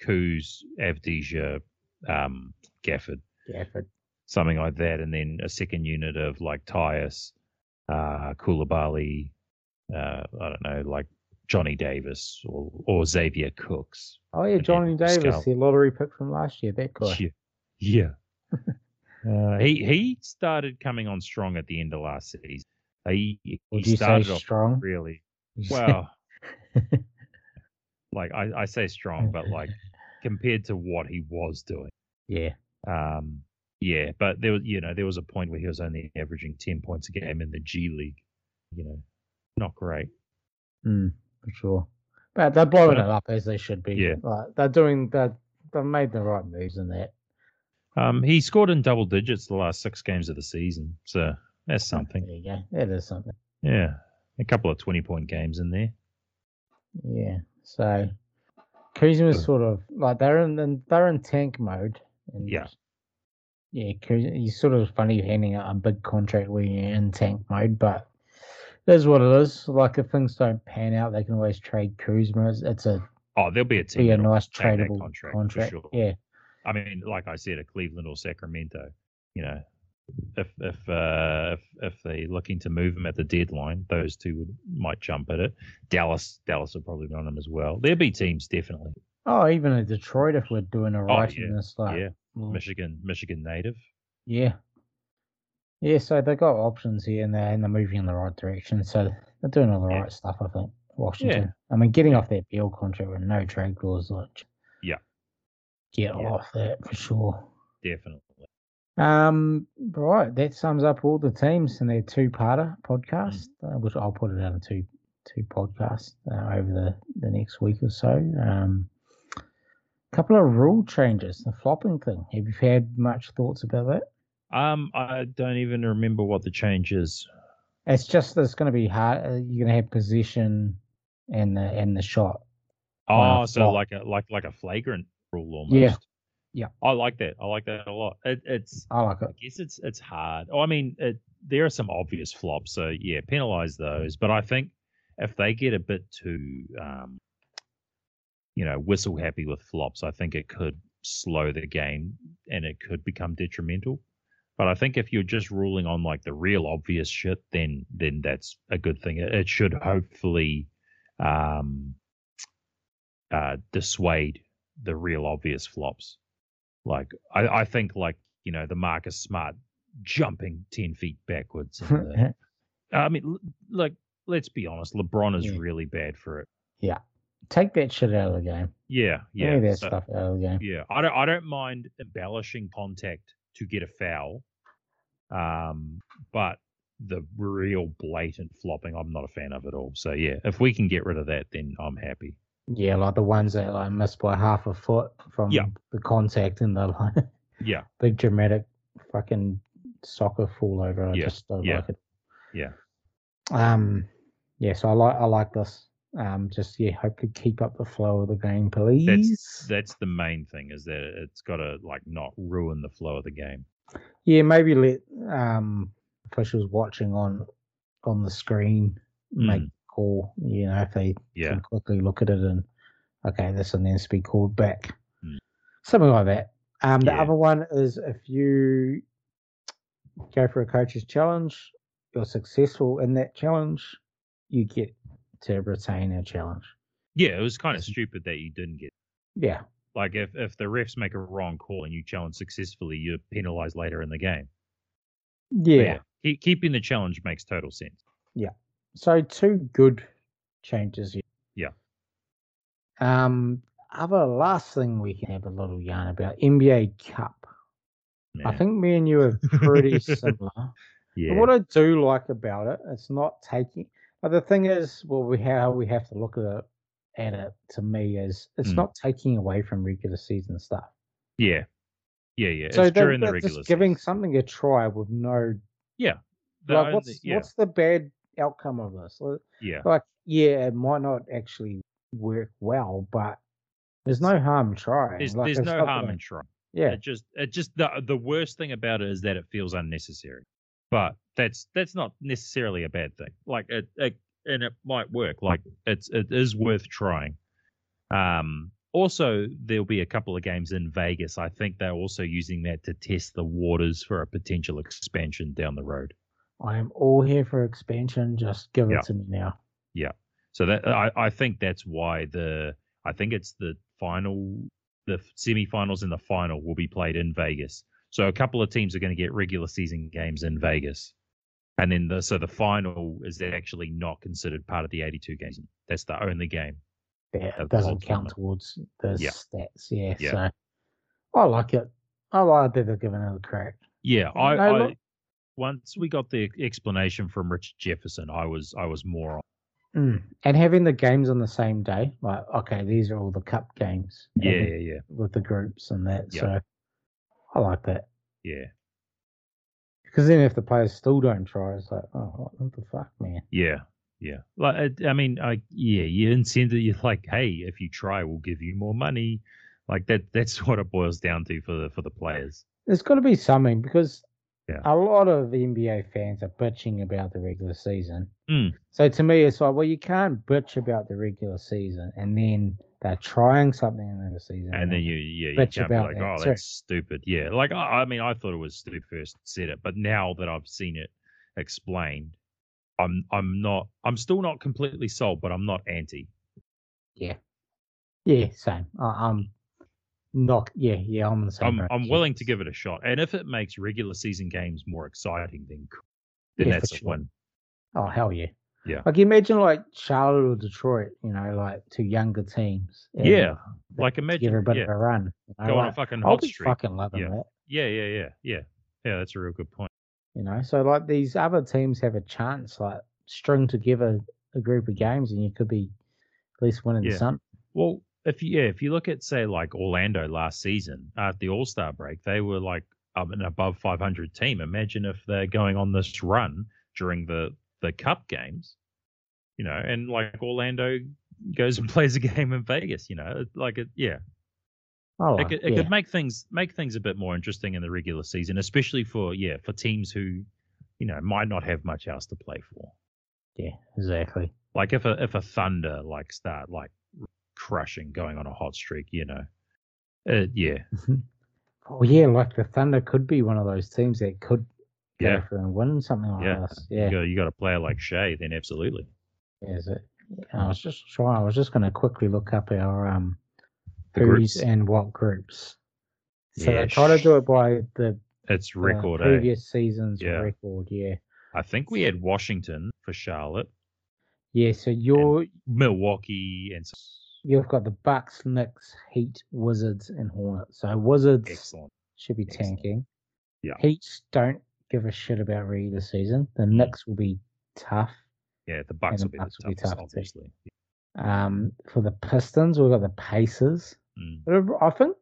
S2: Coos, Avdija, um, Gafford,
S1: Gafford.
S2: something like that, and then a second unit of like Tyus, uh, Koulibaly, uh, I don't know, like Johnny Davis or, or Xavier Cooks.
S1: Oh yeah,
S2: And
S1: Johnny
S2: Andrew
S1: Davis,
S2: Pascal.
S1: the lottery pick from last year. That guy.
S2: Yeah, yeah. uh, he he started coming on strong at the end of last season. He
S1: Would
S2: he
S1: you say
S2: started off
S1: strong?
S2: really
S1: You say-
S2: Well, like I, I say strong, but like compared to what he was doing,
S1: yeah,
S2: um, yeah. But there was, you know, there was a point where he was only averaging ten points a game in the G League. You know, not great.
S1: mm, for sure. But they're blowing
S2: But-
S1: it up as they should be.
S2: Yeah.
S1: like, they're doing that. They've made the right moves in that.
S2: Um, he scored in double digits the last six games of the season, so that's something.
S1: There you go. That is something.
S2: Yeah, a couple of twenty-point games in there.
S1: Yeah. So Kuzma was
S2: Sure.
S1: sort of like they're in, in they're in tank mode. And
S2: Yeah.
S1: Yeah, Kuz, he's sort of funny handing out a big contract when you're in tank mode, but that's what it is. Like if things don't pan out, they can always trade Kuzma. It's, it's a
S2: Oh, there'll be a team.
S1: be a
S2: that'll
S1: nice
S2: take that
S1: tradable
S2: contract
S1: contract.
S2: for sure.
S1: Yeah,
S2: I mean, like I said, at Cleveland or Sacramento, you know, if if uh, if if they're looking to move him at the deadline, those two would, might jump at it. Dallas, Dallas will probably be on him as well. There'll be teams definitely.
S1: Oh, even in Detroit, if we're doing a right
S2: Oh, yeah,
S1: in this, like, mm,
S2: yeah,
S1: well,
S2: Michigan, Michigan native.
S1: yeah, yeah. So they got options here, and they're and they're moving in the right direction. So they're doing all the
S2: Yeah.
S1: right stuff, I think. Washington. I mean, getting off that Beal contract with no trade clause, like,
S2: Yeah.
S1: get
S2: Yeah.
S1: off that for sure.
S2: Definitely.
S1: Um, right, that sums up all the teams and their two-parter
S2: Mm-hmm.
S1: podcast, uh, which I'll put it out in two two podcasts uh, over the the next week or so. Um, couple of rule changes, the flopping thing. Have you had much thoughts about that?
S2: Um, I don't even remember what the change is.
S1: It's just that it's going to be hard. uh, You're going to have possession and the and the shot.
S2: Oh,
S1: Wow,
S2: so
S1: flop.
S2: like a like like a flagrant rule almost.
S1: Yeah. Yeah.
S2: I like that. I like that a lot. It, it's
S1: I like it.
S2: I guess it's it's hard. Oh, I mean, it, there are some obvious flops, so yeah, penalise those. But I think if they get a bit too, um, you know, whistle happy with flops, I think it could slow the game and it could become detrimental. But I think if you're just ruling on like the real obvious shit, then then that's a good thing. It, it should hopefully um, uh, dissuade the real obvious flops. Like I, I think like you know the Marcus Smart jumping ten feet backwards. And the, I mean, l- like let's be honest, LeBron is
S1: Yeah.
S2: really bad for it.
S1: Take that shit out of the game.
S2: Yeah,
S1: Yeah,
S2: yeah,
S1: that
S2: so-
S1: stuff out of the game.
S2: yeah. I don't I don't mind embellishing contact to get a foul, um, but the real blatant flopping, I'm not a fan of at all. So yeah, if we can get rid of that, then I'm happy.
S1: Yeah, like the ones that like missed by half a foot from
S2: Yeah.
S1: the contact and the like.
S2: Yeah,
S1: big dramatic fucking soccer fall over. I
S2: Yeah,
S1: just don't
S2: yeah,
S1: like it.
S2: yeah.
S1: Um. Yeah. So I like I like this. Um. Just yeah. Hopefully keep up the flow of the game, please.
S2: that's the main thing is that it's got to like not ruin the flow of the game.
S1: yeah. Maybe let um officials watching on on the screen make
S2: Mm.
S1: call. You know if they
S2: Yeah,
S1: can quickly look at it and okay, this one needs to be called back.
S2: Mm.
S1: Something like that. Um, the
S2: Yeah.
S1: other one is if you go for a coach's challenge, you're successful in that challenge, you get to retain our challenge.
S2: Yeah, it was kind of stupid that you didn't get.
S1: Yeah,
S2: Like, if, if the refs make a wrong call and you challenge successfully, you're penalized later in the game. But
S1: yeah.
S2: keep, keeping the challenge makes total sense.
S1: So two good changes. here.
S2: Yeah.
S1: Um. Other last thing we can have a little yarn about NBA Cup. I
S2: Yeah.
S1: think me and you are pretty similar.
S2: Yeah.
S1: But what I do like about it, it's not taking. But the thing is, well, we how we have to look at it, at it to me is it's
S2: Mm.
S1: not taking away from regular season stuff.
S2: yeah. Yeah, yeah.
S1: so
S2: it's
S1: they're,
S2: during the
S1: they're
S2: regular
S1: just giving
S2: season.
S1: something a try with no.
S2: The
S1: like,
S2: only-
S1: what's
S2: yeah,
S1: what's the bad outcome of this? Like-
S2: yeah.
S1: Like, yeah, it might not actually work well, but there's no harm trying.
S2: There's,
S1: Like,
S2: there's
S1: it's
S2: no
S1: not
S2: harm
S1: gonna-
S2: in trying.
S1: Yeah,
S2: It just it just the the worst thing about it is that it feels unnecessary. But that's that's not necessarily a bad thing. Like it, it and it might work. Like it's it is worth trying. Um also there'll be a couple of games in Vegas. I think they're also using that to test the waters for a potential expansion down the road.
S1: I am all here for expansion. Just give
S2: Yeah.
S1: it to me now.
S2: So that I, I think that's why the I think it's the final the semifinals and the final will be played in Vegas. So a couple of teams are going to get regular season games in Vegas. And then the so the final is actually not considered part of the 82 games. That's the only game.
S1: that
S2: of the whole
S1: doesn't count
S2: tournament.
S1: towards the
S2: Yeah.
S1: stats. Yeah,
S2: Yeah.
S1: So I like it. I like that they're giving it a crack.
S2: Yeah, I,
S1: No,
S2: I
S1: look-
S2: once we got the explanation from Richard Jefferson, I was I was more on.
S1: Mm. And having the games on the same day, like okay, these are all the cup games. and
S2: Yeah,
S1: the-
S2: yeah, yeah.
S1: with the groups and that.
S2: Yeah.
S1: So I like that
S2: Yeah.
S1: because then if the players still don't try, it's like, oh, what the fuck, man?
S2: Yeah, yeah. Like, it- I mean, I yeah, you incentive. You're like, hey, if you try, we'll give you more money. Like that. That's what it boils down to for the for the players.
S1: There's got to be something because
S2: Yeah.
S1: a lot of NBA fans are bitching about the regular season.
S2: Mm.
S1: So to me, it's like, well, you can't bitch about the regular season and then they're trying something in the season.
S2: And then you yeah, you
S1: Bitch
S2: can't be
S1: about
S2: like,
S1: that,
S2: oh,
S1: sorry.
S2: that's stupid. Yeah, like I, I mean, I thought it was stupid first said it, but now that I've seen it explained, I'm I'm not I'm still not completely sold, but I'm not anti.
S1: Yeah, same. I, I'm not. Yeah, yeah, I'm the same.
S2: I'm
S1: boat.
S2: I'm
S1: Yeah.
S2: willing to give it a shot, and if it makes regular season games more exciting, then cool. then
S1: Yeah, for
S2: that's a
S1: sure.
S2: win.
S1: Oh hell yeah.
S2: Yeah.
S1: Like imagine like Charlotte or Detroit, you know, like two younger teams. and
S2: Yeah,
S1: they
S2: like
S1: give
S2: imagine
S1: it a bit
S2: yeah,
S1: of a run. you know,
S2: go on a
S1: like,
S2: fucking
S1: I'll
S2: hot
S1: be
S2: streak.
S1: fucking loving
S2: Yeah.
S1: that.
S2: Yeah, yeah, yeah, yeah, yeah. That's a real good point.
S1: You know, so like these other teams have a chance, like string together a group of games, and you could be at least winning
S2: Yeah.
S1: some.
S2: Well, if you, yeah, if you look at say like Orlando last season at the All Star break, they were like um, an above 500 team. Imagine if they're going on this run during the the Cup games, you know, and like Orlando goes and plays a game in Vegas, you know, like it, yeah,
S1: Oh,
S2: it, could, it
S1: yeah.
S2: could make things make things a bit more interesting in the regular season, especially for yeah for teams who, you know, might not have much else to play for.
S1: yeah, exactly.
S2: like if a if a thunder like start like crushing going on a hot streak you know uh, yeah
S1: Oh yeah, like the Thunder could be one of those teams that could go
S2: Yeah.
S1: through and win something like
S2: Yeah.
S1: this. Yeah.
S2: you got you got a player like Shea then absolutely
S1: Is it? I was just trying. I was just going to quickly look up our um,
S2: The
S1: who's
S2: groups.
S1: and what groups. So
S2: Yeah,
S1: they try to
S2: sh-
S1: do it by the
S2: it's
S1: uh,
S2: record eh?
S1: previous season's
S2: Yeah.
S1: record. Yeah,
S2: I think we had Washington for Charlotte
S1: yeah. So you're
S2: Milwaukee and s-
S1: you've got the Bucks, Knicks, Heat, Wizards, and Hornets. So Wizards
S2: excellent
S1: should be
S2: Excellent.
S1: tanking.
S2: Yeah. Mm.
S1: Heat don't give a shit about regular season. The Knicks will be tough.
S2: yeah the Bucks
S1: the
S2: will be
S1: Bucks
S2: the
S1: will be
S2: toughest
S1: tough, too.
S2: obviously
S1: Um, for the Pistons, we've got the Pacers.
S2: Mm.
S1: But uh, I think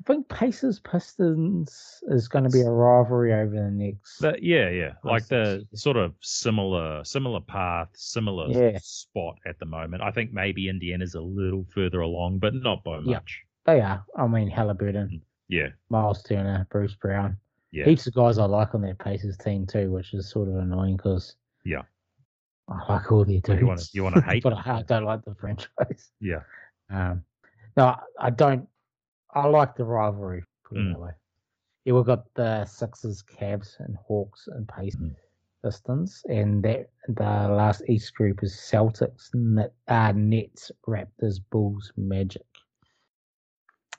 S1: I think Pacers Pistons is going to be a rivalry over the next.
S2: But yeah yeah like the
S1: Constitution.
S2: sort of similar similar path similar
S1: Yeah.
S2: spot at the moment I think maybe Indiana's a little further along but not by
S1: Yeah.
S2: much
S1: they are. I mean Halliburton,
S2: yeah
S1: Miles Turner, Bruce Brown.
S2: Mm. yeah
S1: Heaps of guys I like on that Pacers team too, which is sort of annoying because
S2: Yeah.
S1: I like all their dudes.
S2: You wanna- you wanna hate
S1: but
S2: them,
S1: I, I don't like the franchise.
S2: yeah
S1: Um, no, I- I don't. I like the rivalry. Put it
S2: Mm.
S1: that way. Yeah, we've got the Sixers, Cavs, and Hawks and Pacers.
S2: Mm.
S1: distance, and that the last East group is Celtics, Net, uh, Nets, Raptors, Bulls, Magic.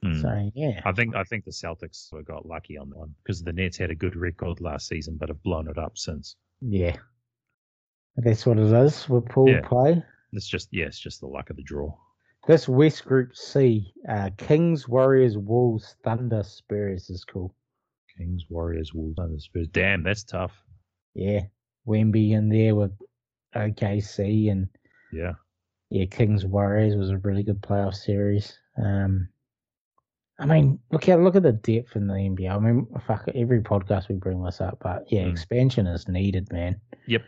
S2: Hmm.
S1: So yeah,
S2: I think I think the Celtics sort of got lucky on that one because the Nets had a good record last season, but have blown it up since.
S1: yeah, that's what it is with pool
S2: Yeah.
S1: play.
S2: It's just yeah, it's just the luck of the draw.
S1: This West Group C, uh, Kings, Warriors, Wolves, Thunder, Spurs is cool.
S2: Kings, Warriors, Wolves, Thunder, Spurs. Damn, that's tough.
S1: Yeah, Wemby in there with OKC and
S2: Yeah,
S1: yeah, Kings Warriors was a really good playoff series. Um, I mean, look at look at the depth in the NBA. I mean, fuck every podcast we bring this up, but yeah,
S2: Mm.
S1: expansion is needed, man.
S2: yeah.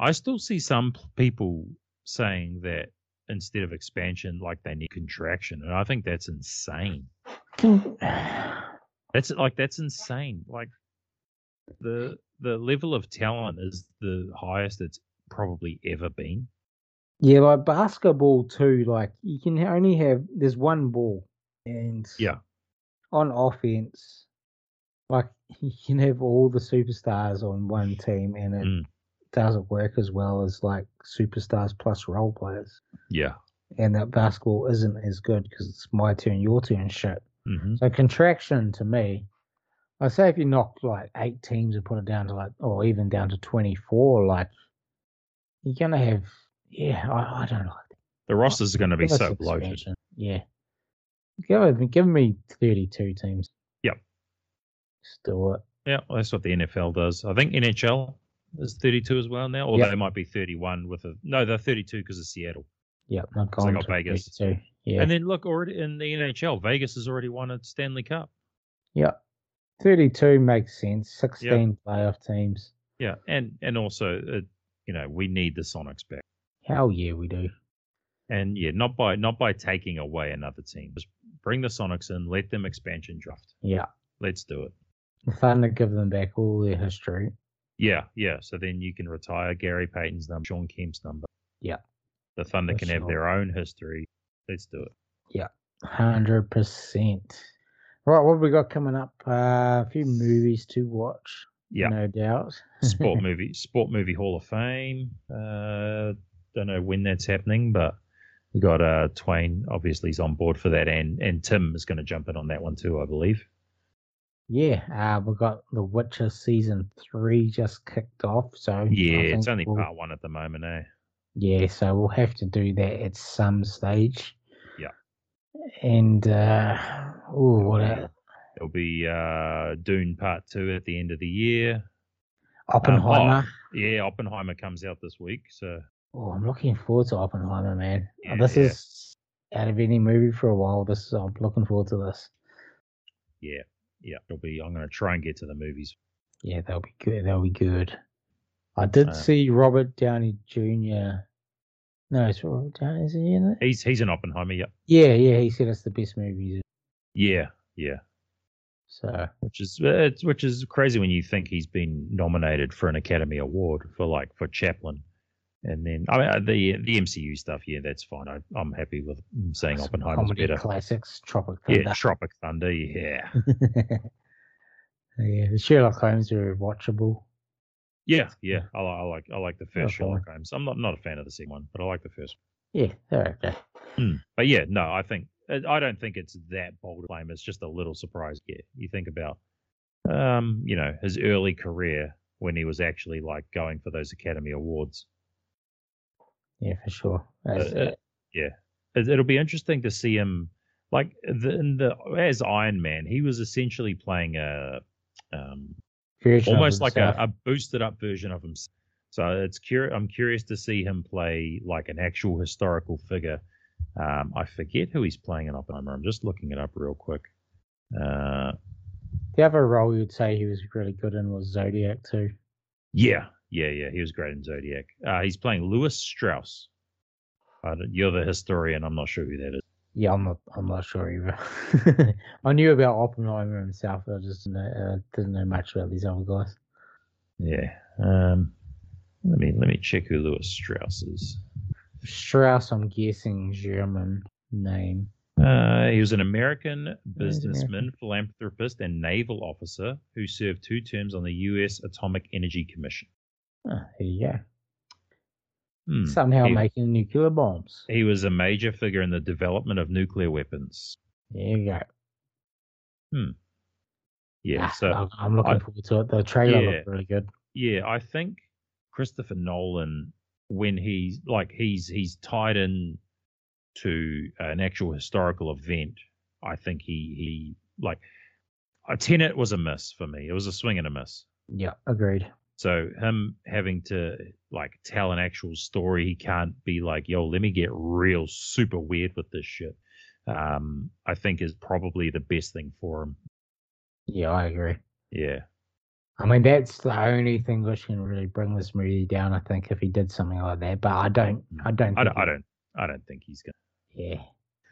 S2: I still see some p- people saying that instead of expansion, like they need contraction, and I think that's insane.
S1: Can,
S2: That's like that's insane. Like the the level of talent is the highest it's probably ever been.
S1: yeah, like basketball too. Like you can only have there's one ball, and
S2: Yeah.
S1: on offense, like you can have all the superstars on one team, and it
S2: Mm.
S1: doesn't work as well as like superstars plus role players.
S2: Yeah.
S1: and that basketball isn't as good because it's my turn, your turn shit.
S2: Mm-hmm.
S1: So contraction to me, I say if you knock like eight teams and put it down to like, or even down to twenty four, like you're gonna have, yeah, I, I don't know.
S2: The
S1: Oh,
S2: rosters are going to be
S1: Give us
S2: so bloated.
S1: expansion. Yeah, give it, give me thirty two teams.
S2: Yep.
S1: Just do it.
S2: Yeah, well, that's what the NFL does. I think NHL is 32 as well now, or
S1: Yeah.
S2: they might be 31 with a no, they're 32 because of Seattle.
S1: Yep, not
S2: So they
S1: going
S2: got
S1: to
S2: Vegas.
S1: too. Yeah,
S2: And then look already in the NHL, Vegas has already won a Stanley Cup.
S1: thirty two makes sense. Sixteen playoff teams.
S2: Yeah, and and also uh, you know we need the Sonics back,
S1: Hell yeah, we do.
S2: and yeah, not by not by taking away another team. Just bring the Sonics in, let them expansion draft.
S1: Yeah,
S2: Let's do it.
S1: the Thunder give them back all their history.
S2: Yeah, yeah. So then you can retire Gary Payton's number, Sean Kemp's number.
S1: Yeah.
S2: the Thunder
S1: For
S2: can have
S1: sure.
S2: their own history. Let's do it.
S1: Hundred percent. Right, what have we got coming up? Uh, a few movies to watch.
S2: Yeah.
S1: no doubt.
S2: sport movie sport movie hall of fame uh don't know when that's happening but we got uh twain obviously is on board for that and and tim is going to jump in on that one too i believe
S1: Yeah, uh, we've got The Witcher season three just kicked off, so I
S2: yeah it's
S1: think
S2: only
S1: we'll-
S2: part one at the moment eh
S1: Yeah, so we'll have to do that at some stage.
S2: Yeah.
S1: And uh, oh, what a,
S2: it'll be uh dune part two at the end of the year
S1: Oppenheimer.
S2: yeah oppenheimer comes out this week so
S1: Oh, I'm looking forward to Oppenheimer, man. Uh,
S2: Yeah,
S1: this
S2: yeah.
S1: is out of any movie for a while. This is, I'm looking forward to this.
S2: yeah yeah it'll be i'm going to try and get to the movies
S1: Yeah, they'll be good. They'll be good. I did
S2: Uh,
S1: see Robert Downey Jr. No, it's Robert Downey. Is he in it?
S2: he's he's an oppenheimer yeah
S1: Yeah, yeah. He said it's the best movie.
S2: yeah yeah
S1: So
S2: which is uh, it's, which is crazy when you think he's been nominated for an Academy Award for like for Chaplin, and then I mean, uh, the the MCU stuff. Yeah, that's fine. I, I'm happy with him saying
S1: some
S2: Oppenheimer's
S1: comedy
S2: better.
S1: classics, Tropic
S2: Yeah,
S1: Thunder.
S2: Tropic Thunder. Yeah,
S1: Yeah, Sherlock Holmes are watchable.
S2: yeah, yeah. I, li- I like I like the
S1: Yeah,
S2: first Sherlock Holmes. I'm not not a fan of the second one, but I like the first.
S1: Yeah, they're okay.
S2: one. Hmm. But yeah, no, I think uh, I I don't think it's that bold a claim. It's just a little surprise. Yeah, you think about, um, you know, his early career when he was actually like going for those Academy Awards.
S1: Yeah, for sure. That's
S2: Uh, uh, it- it'll be interesting to see him like the, in the as Iron Man. He was essentially playing a um,
S1: version of
S2: almost like a,
S1: himself.
S2: a boosted up version of himself. So it's cur- I'm curious to see him play like an actual historical figure. Um, I forget who he's playing in Oppenheimer. I'm just looking it up real quick. Uh,
S1: The other role you'd say he was really good in was Zodiac too.
S2: yeah, yeah, yeah. He was great in Zodiac. Uh, he's playing Louis Strauss. I don't- you're the historian. I'm not sure who that is.
S1: Yeah, I'm not. I'm not sure either. I knew about Oppenheimer himself. I just didn't know, uh, didn't know much about these other guys.
S2: Yeah. Um, let me let me check who Louis Strauss is.
S1: Strauss, I'm guessing German name.
S2: Uh, he was an American
S1: was American.
S2: businessman, philanthropist, and naval officer who served two terms on the U.S. Atomic Energy Commission.
S1: Oh, there you go.
S2: Hmm.
S1: Somehow
S2: He-
S1: making nuclear bombs.
S2: He was a major figure in the development of nuclear weapons.
S1: There you go.
S2: Yeah,
S1: Ah,
S2: so
S1: I'm- I'm looking
S2: I-
S1: forward to it. The trailer
S2: Yeah.
S1: looked really good.
S2: yeah, I think Christopher Nolan, when he's like he's he's tied in to an actual historical event, I think he he like a Tenet was a miss for me. It was a swing and a miss.
S1: Yeah, agreed.
S2: So him having to like tell an actual story, he can't be like, "Yo, let me get real super weird with this shit." Um, I think is probably the best thing for him.
S1: Yeah, I agree.
S2: Yeah,
S1: I mean, that's the only thing which can really bring this movie down. I think if he did something like that, but I don't. I don't.
S2: I
S1: think
S2: don't, I
S1: he-
S2: don't, I don't think he's gonna.
S1: Yeah,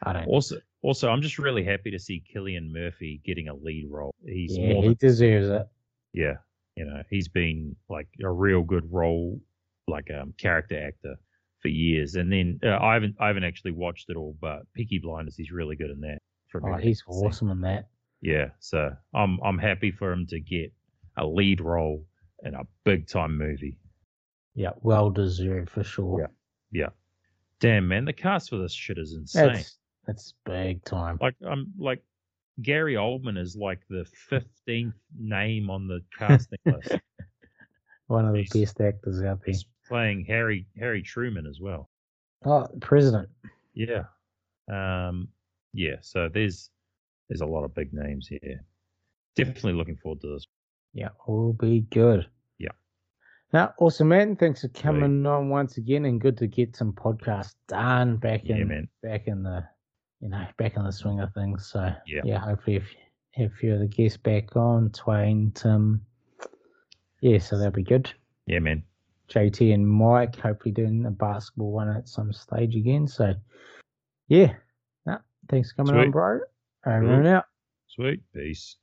S1: I don't.
S2: Also, also, I'm just really happy to see Killian Murphy getting a lead role. He's
S1: yeah,
S2: more,
S1: he
S2: than,
S1: deserves it.
S2: yeah, you know, he's been like a real good role, like um character actor for years. And then uh, I haven't, I haven't actually watched it all, but Peaky Blinders, he's really good in that. from
S1: Oh,
S2: everything
S1: he's
S2: I've seen.
S1: awesome in that.
S2: Yeah, so I'm I'm happy for him to get a lead role in a big time movie.
S1: Yeah, well deserved for sure.
S2: Yeah, Damn man, the cast for this shit is insane.
S1: that's that's big time.
S2: Like I'm like Gary Oldman is like the fifteenth name on the casting list.
S1: One of the
S2: he's-
S1: best actors out there.
S2: He's playing Harry Harry Truman as well.
S1: Oh, president.
S2: Yeah. Um yeah, so there's there's a lot of big names here. Definitely looking forward to this.
S1: Yeah, all be good.
S2: Yeah.
S1: Now, awesome, man. Thanks for
S2: you.
S1: coming on once again, and good to get some podcasts done back in
S2: Yeah, man.
S1: back in the you know back in the swing of things. So
S2: Yeah.
S1: hopefully if have a few of the guests back on, Twain, Tim. Yeah, so that'll be good.
S2: Yeah, man.
S1: JT and Mike hopefully doing a basketball one at some stage again. So yeah, no, thanks for coming on,
S2: Sweet. Mm-hmm.
S1: bro. Over
S2: Cool.
S1: and out.
S2: Sweet. Peace.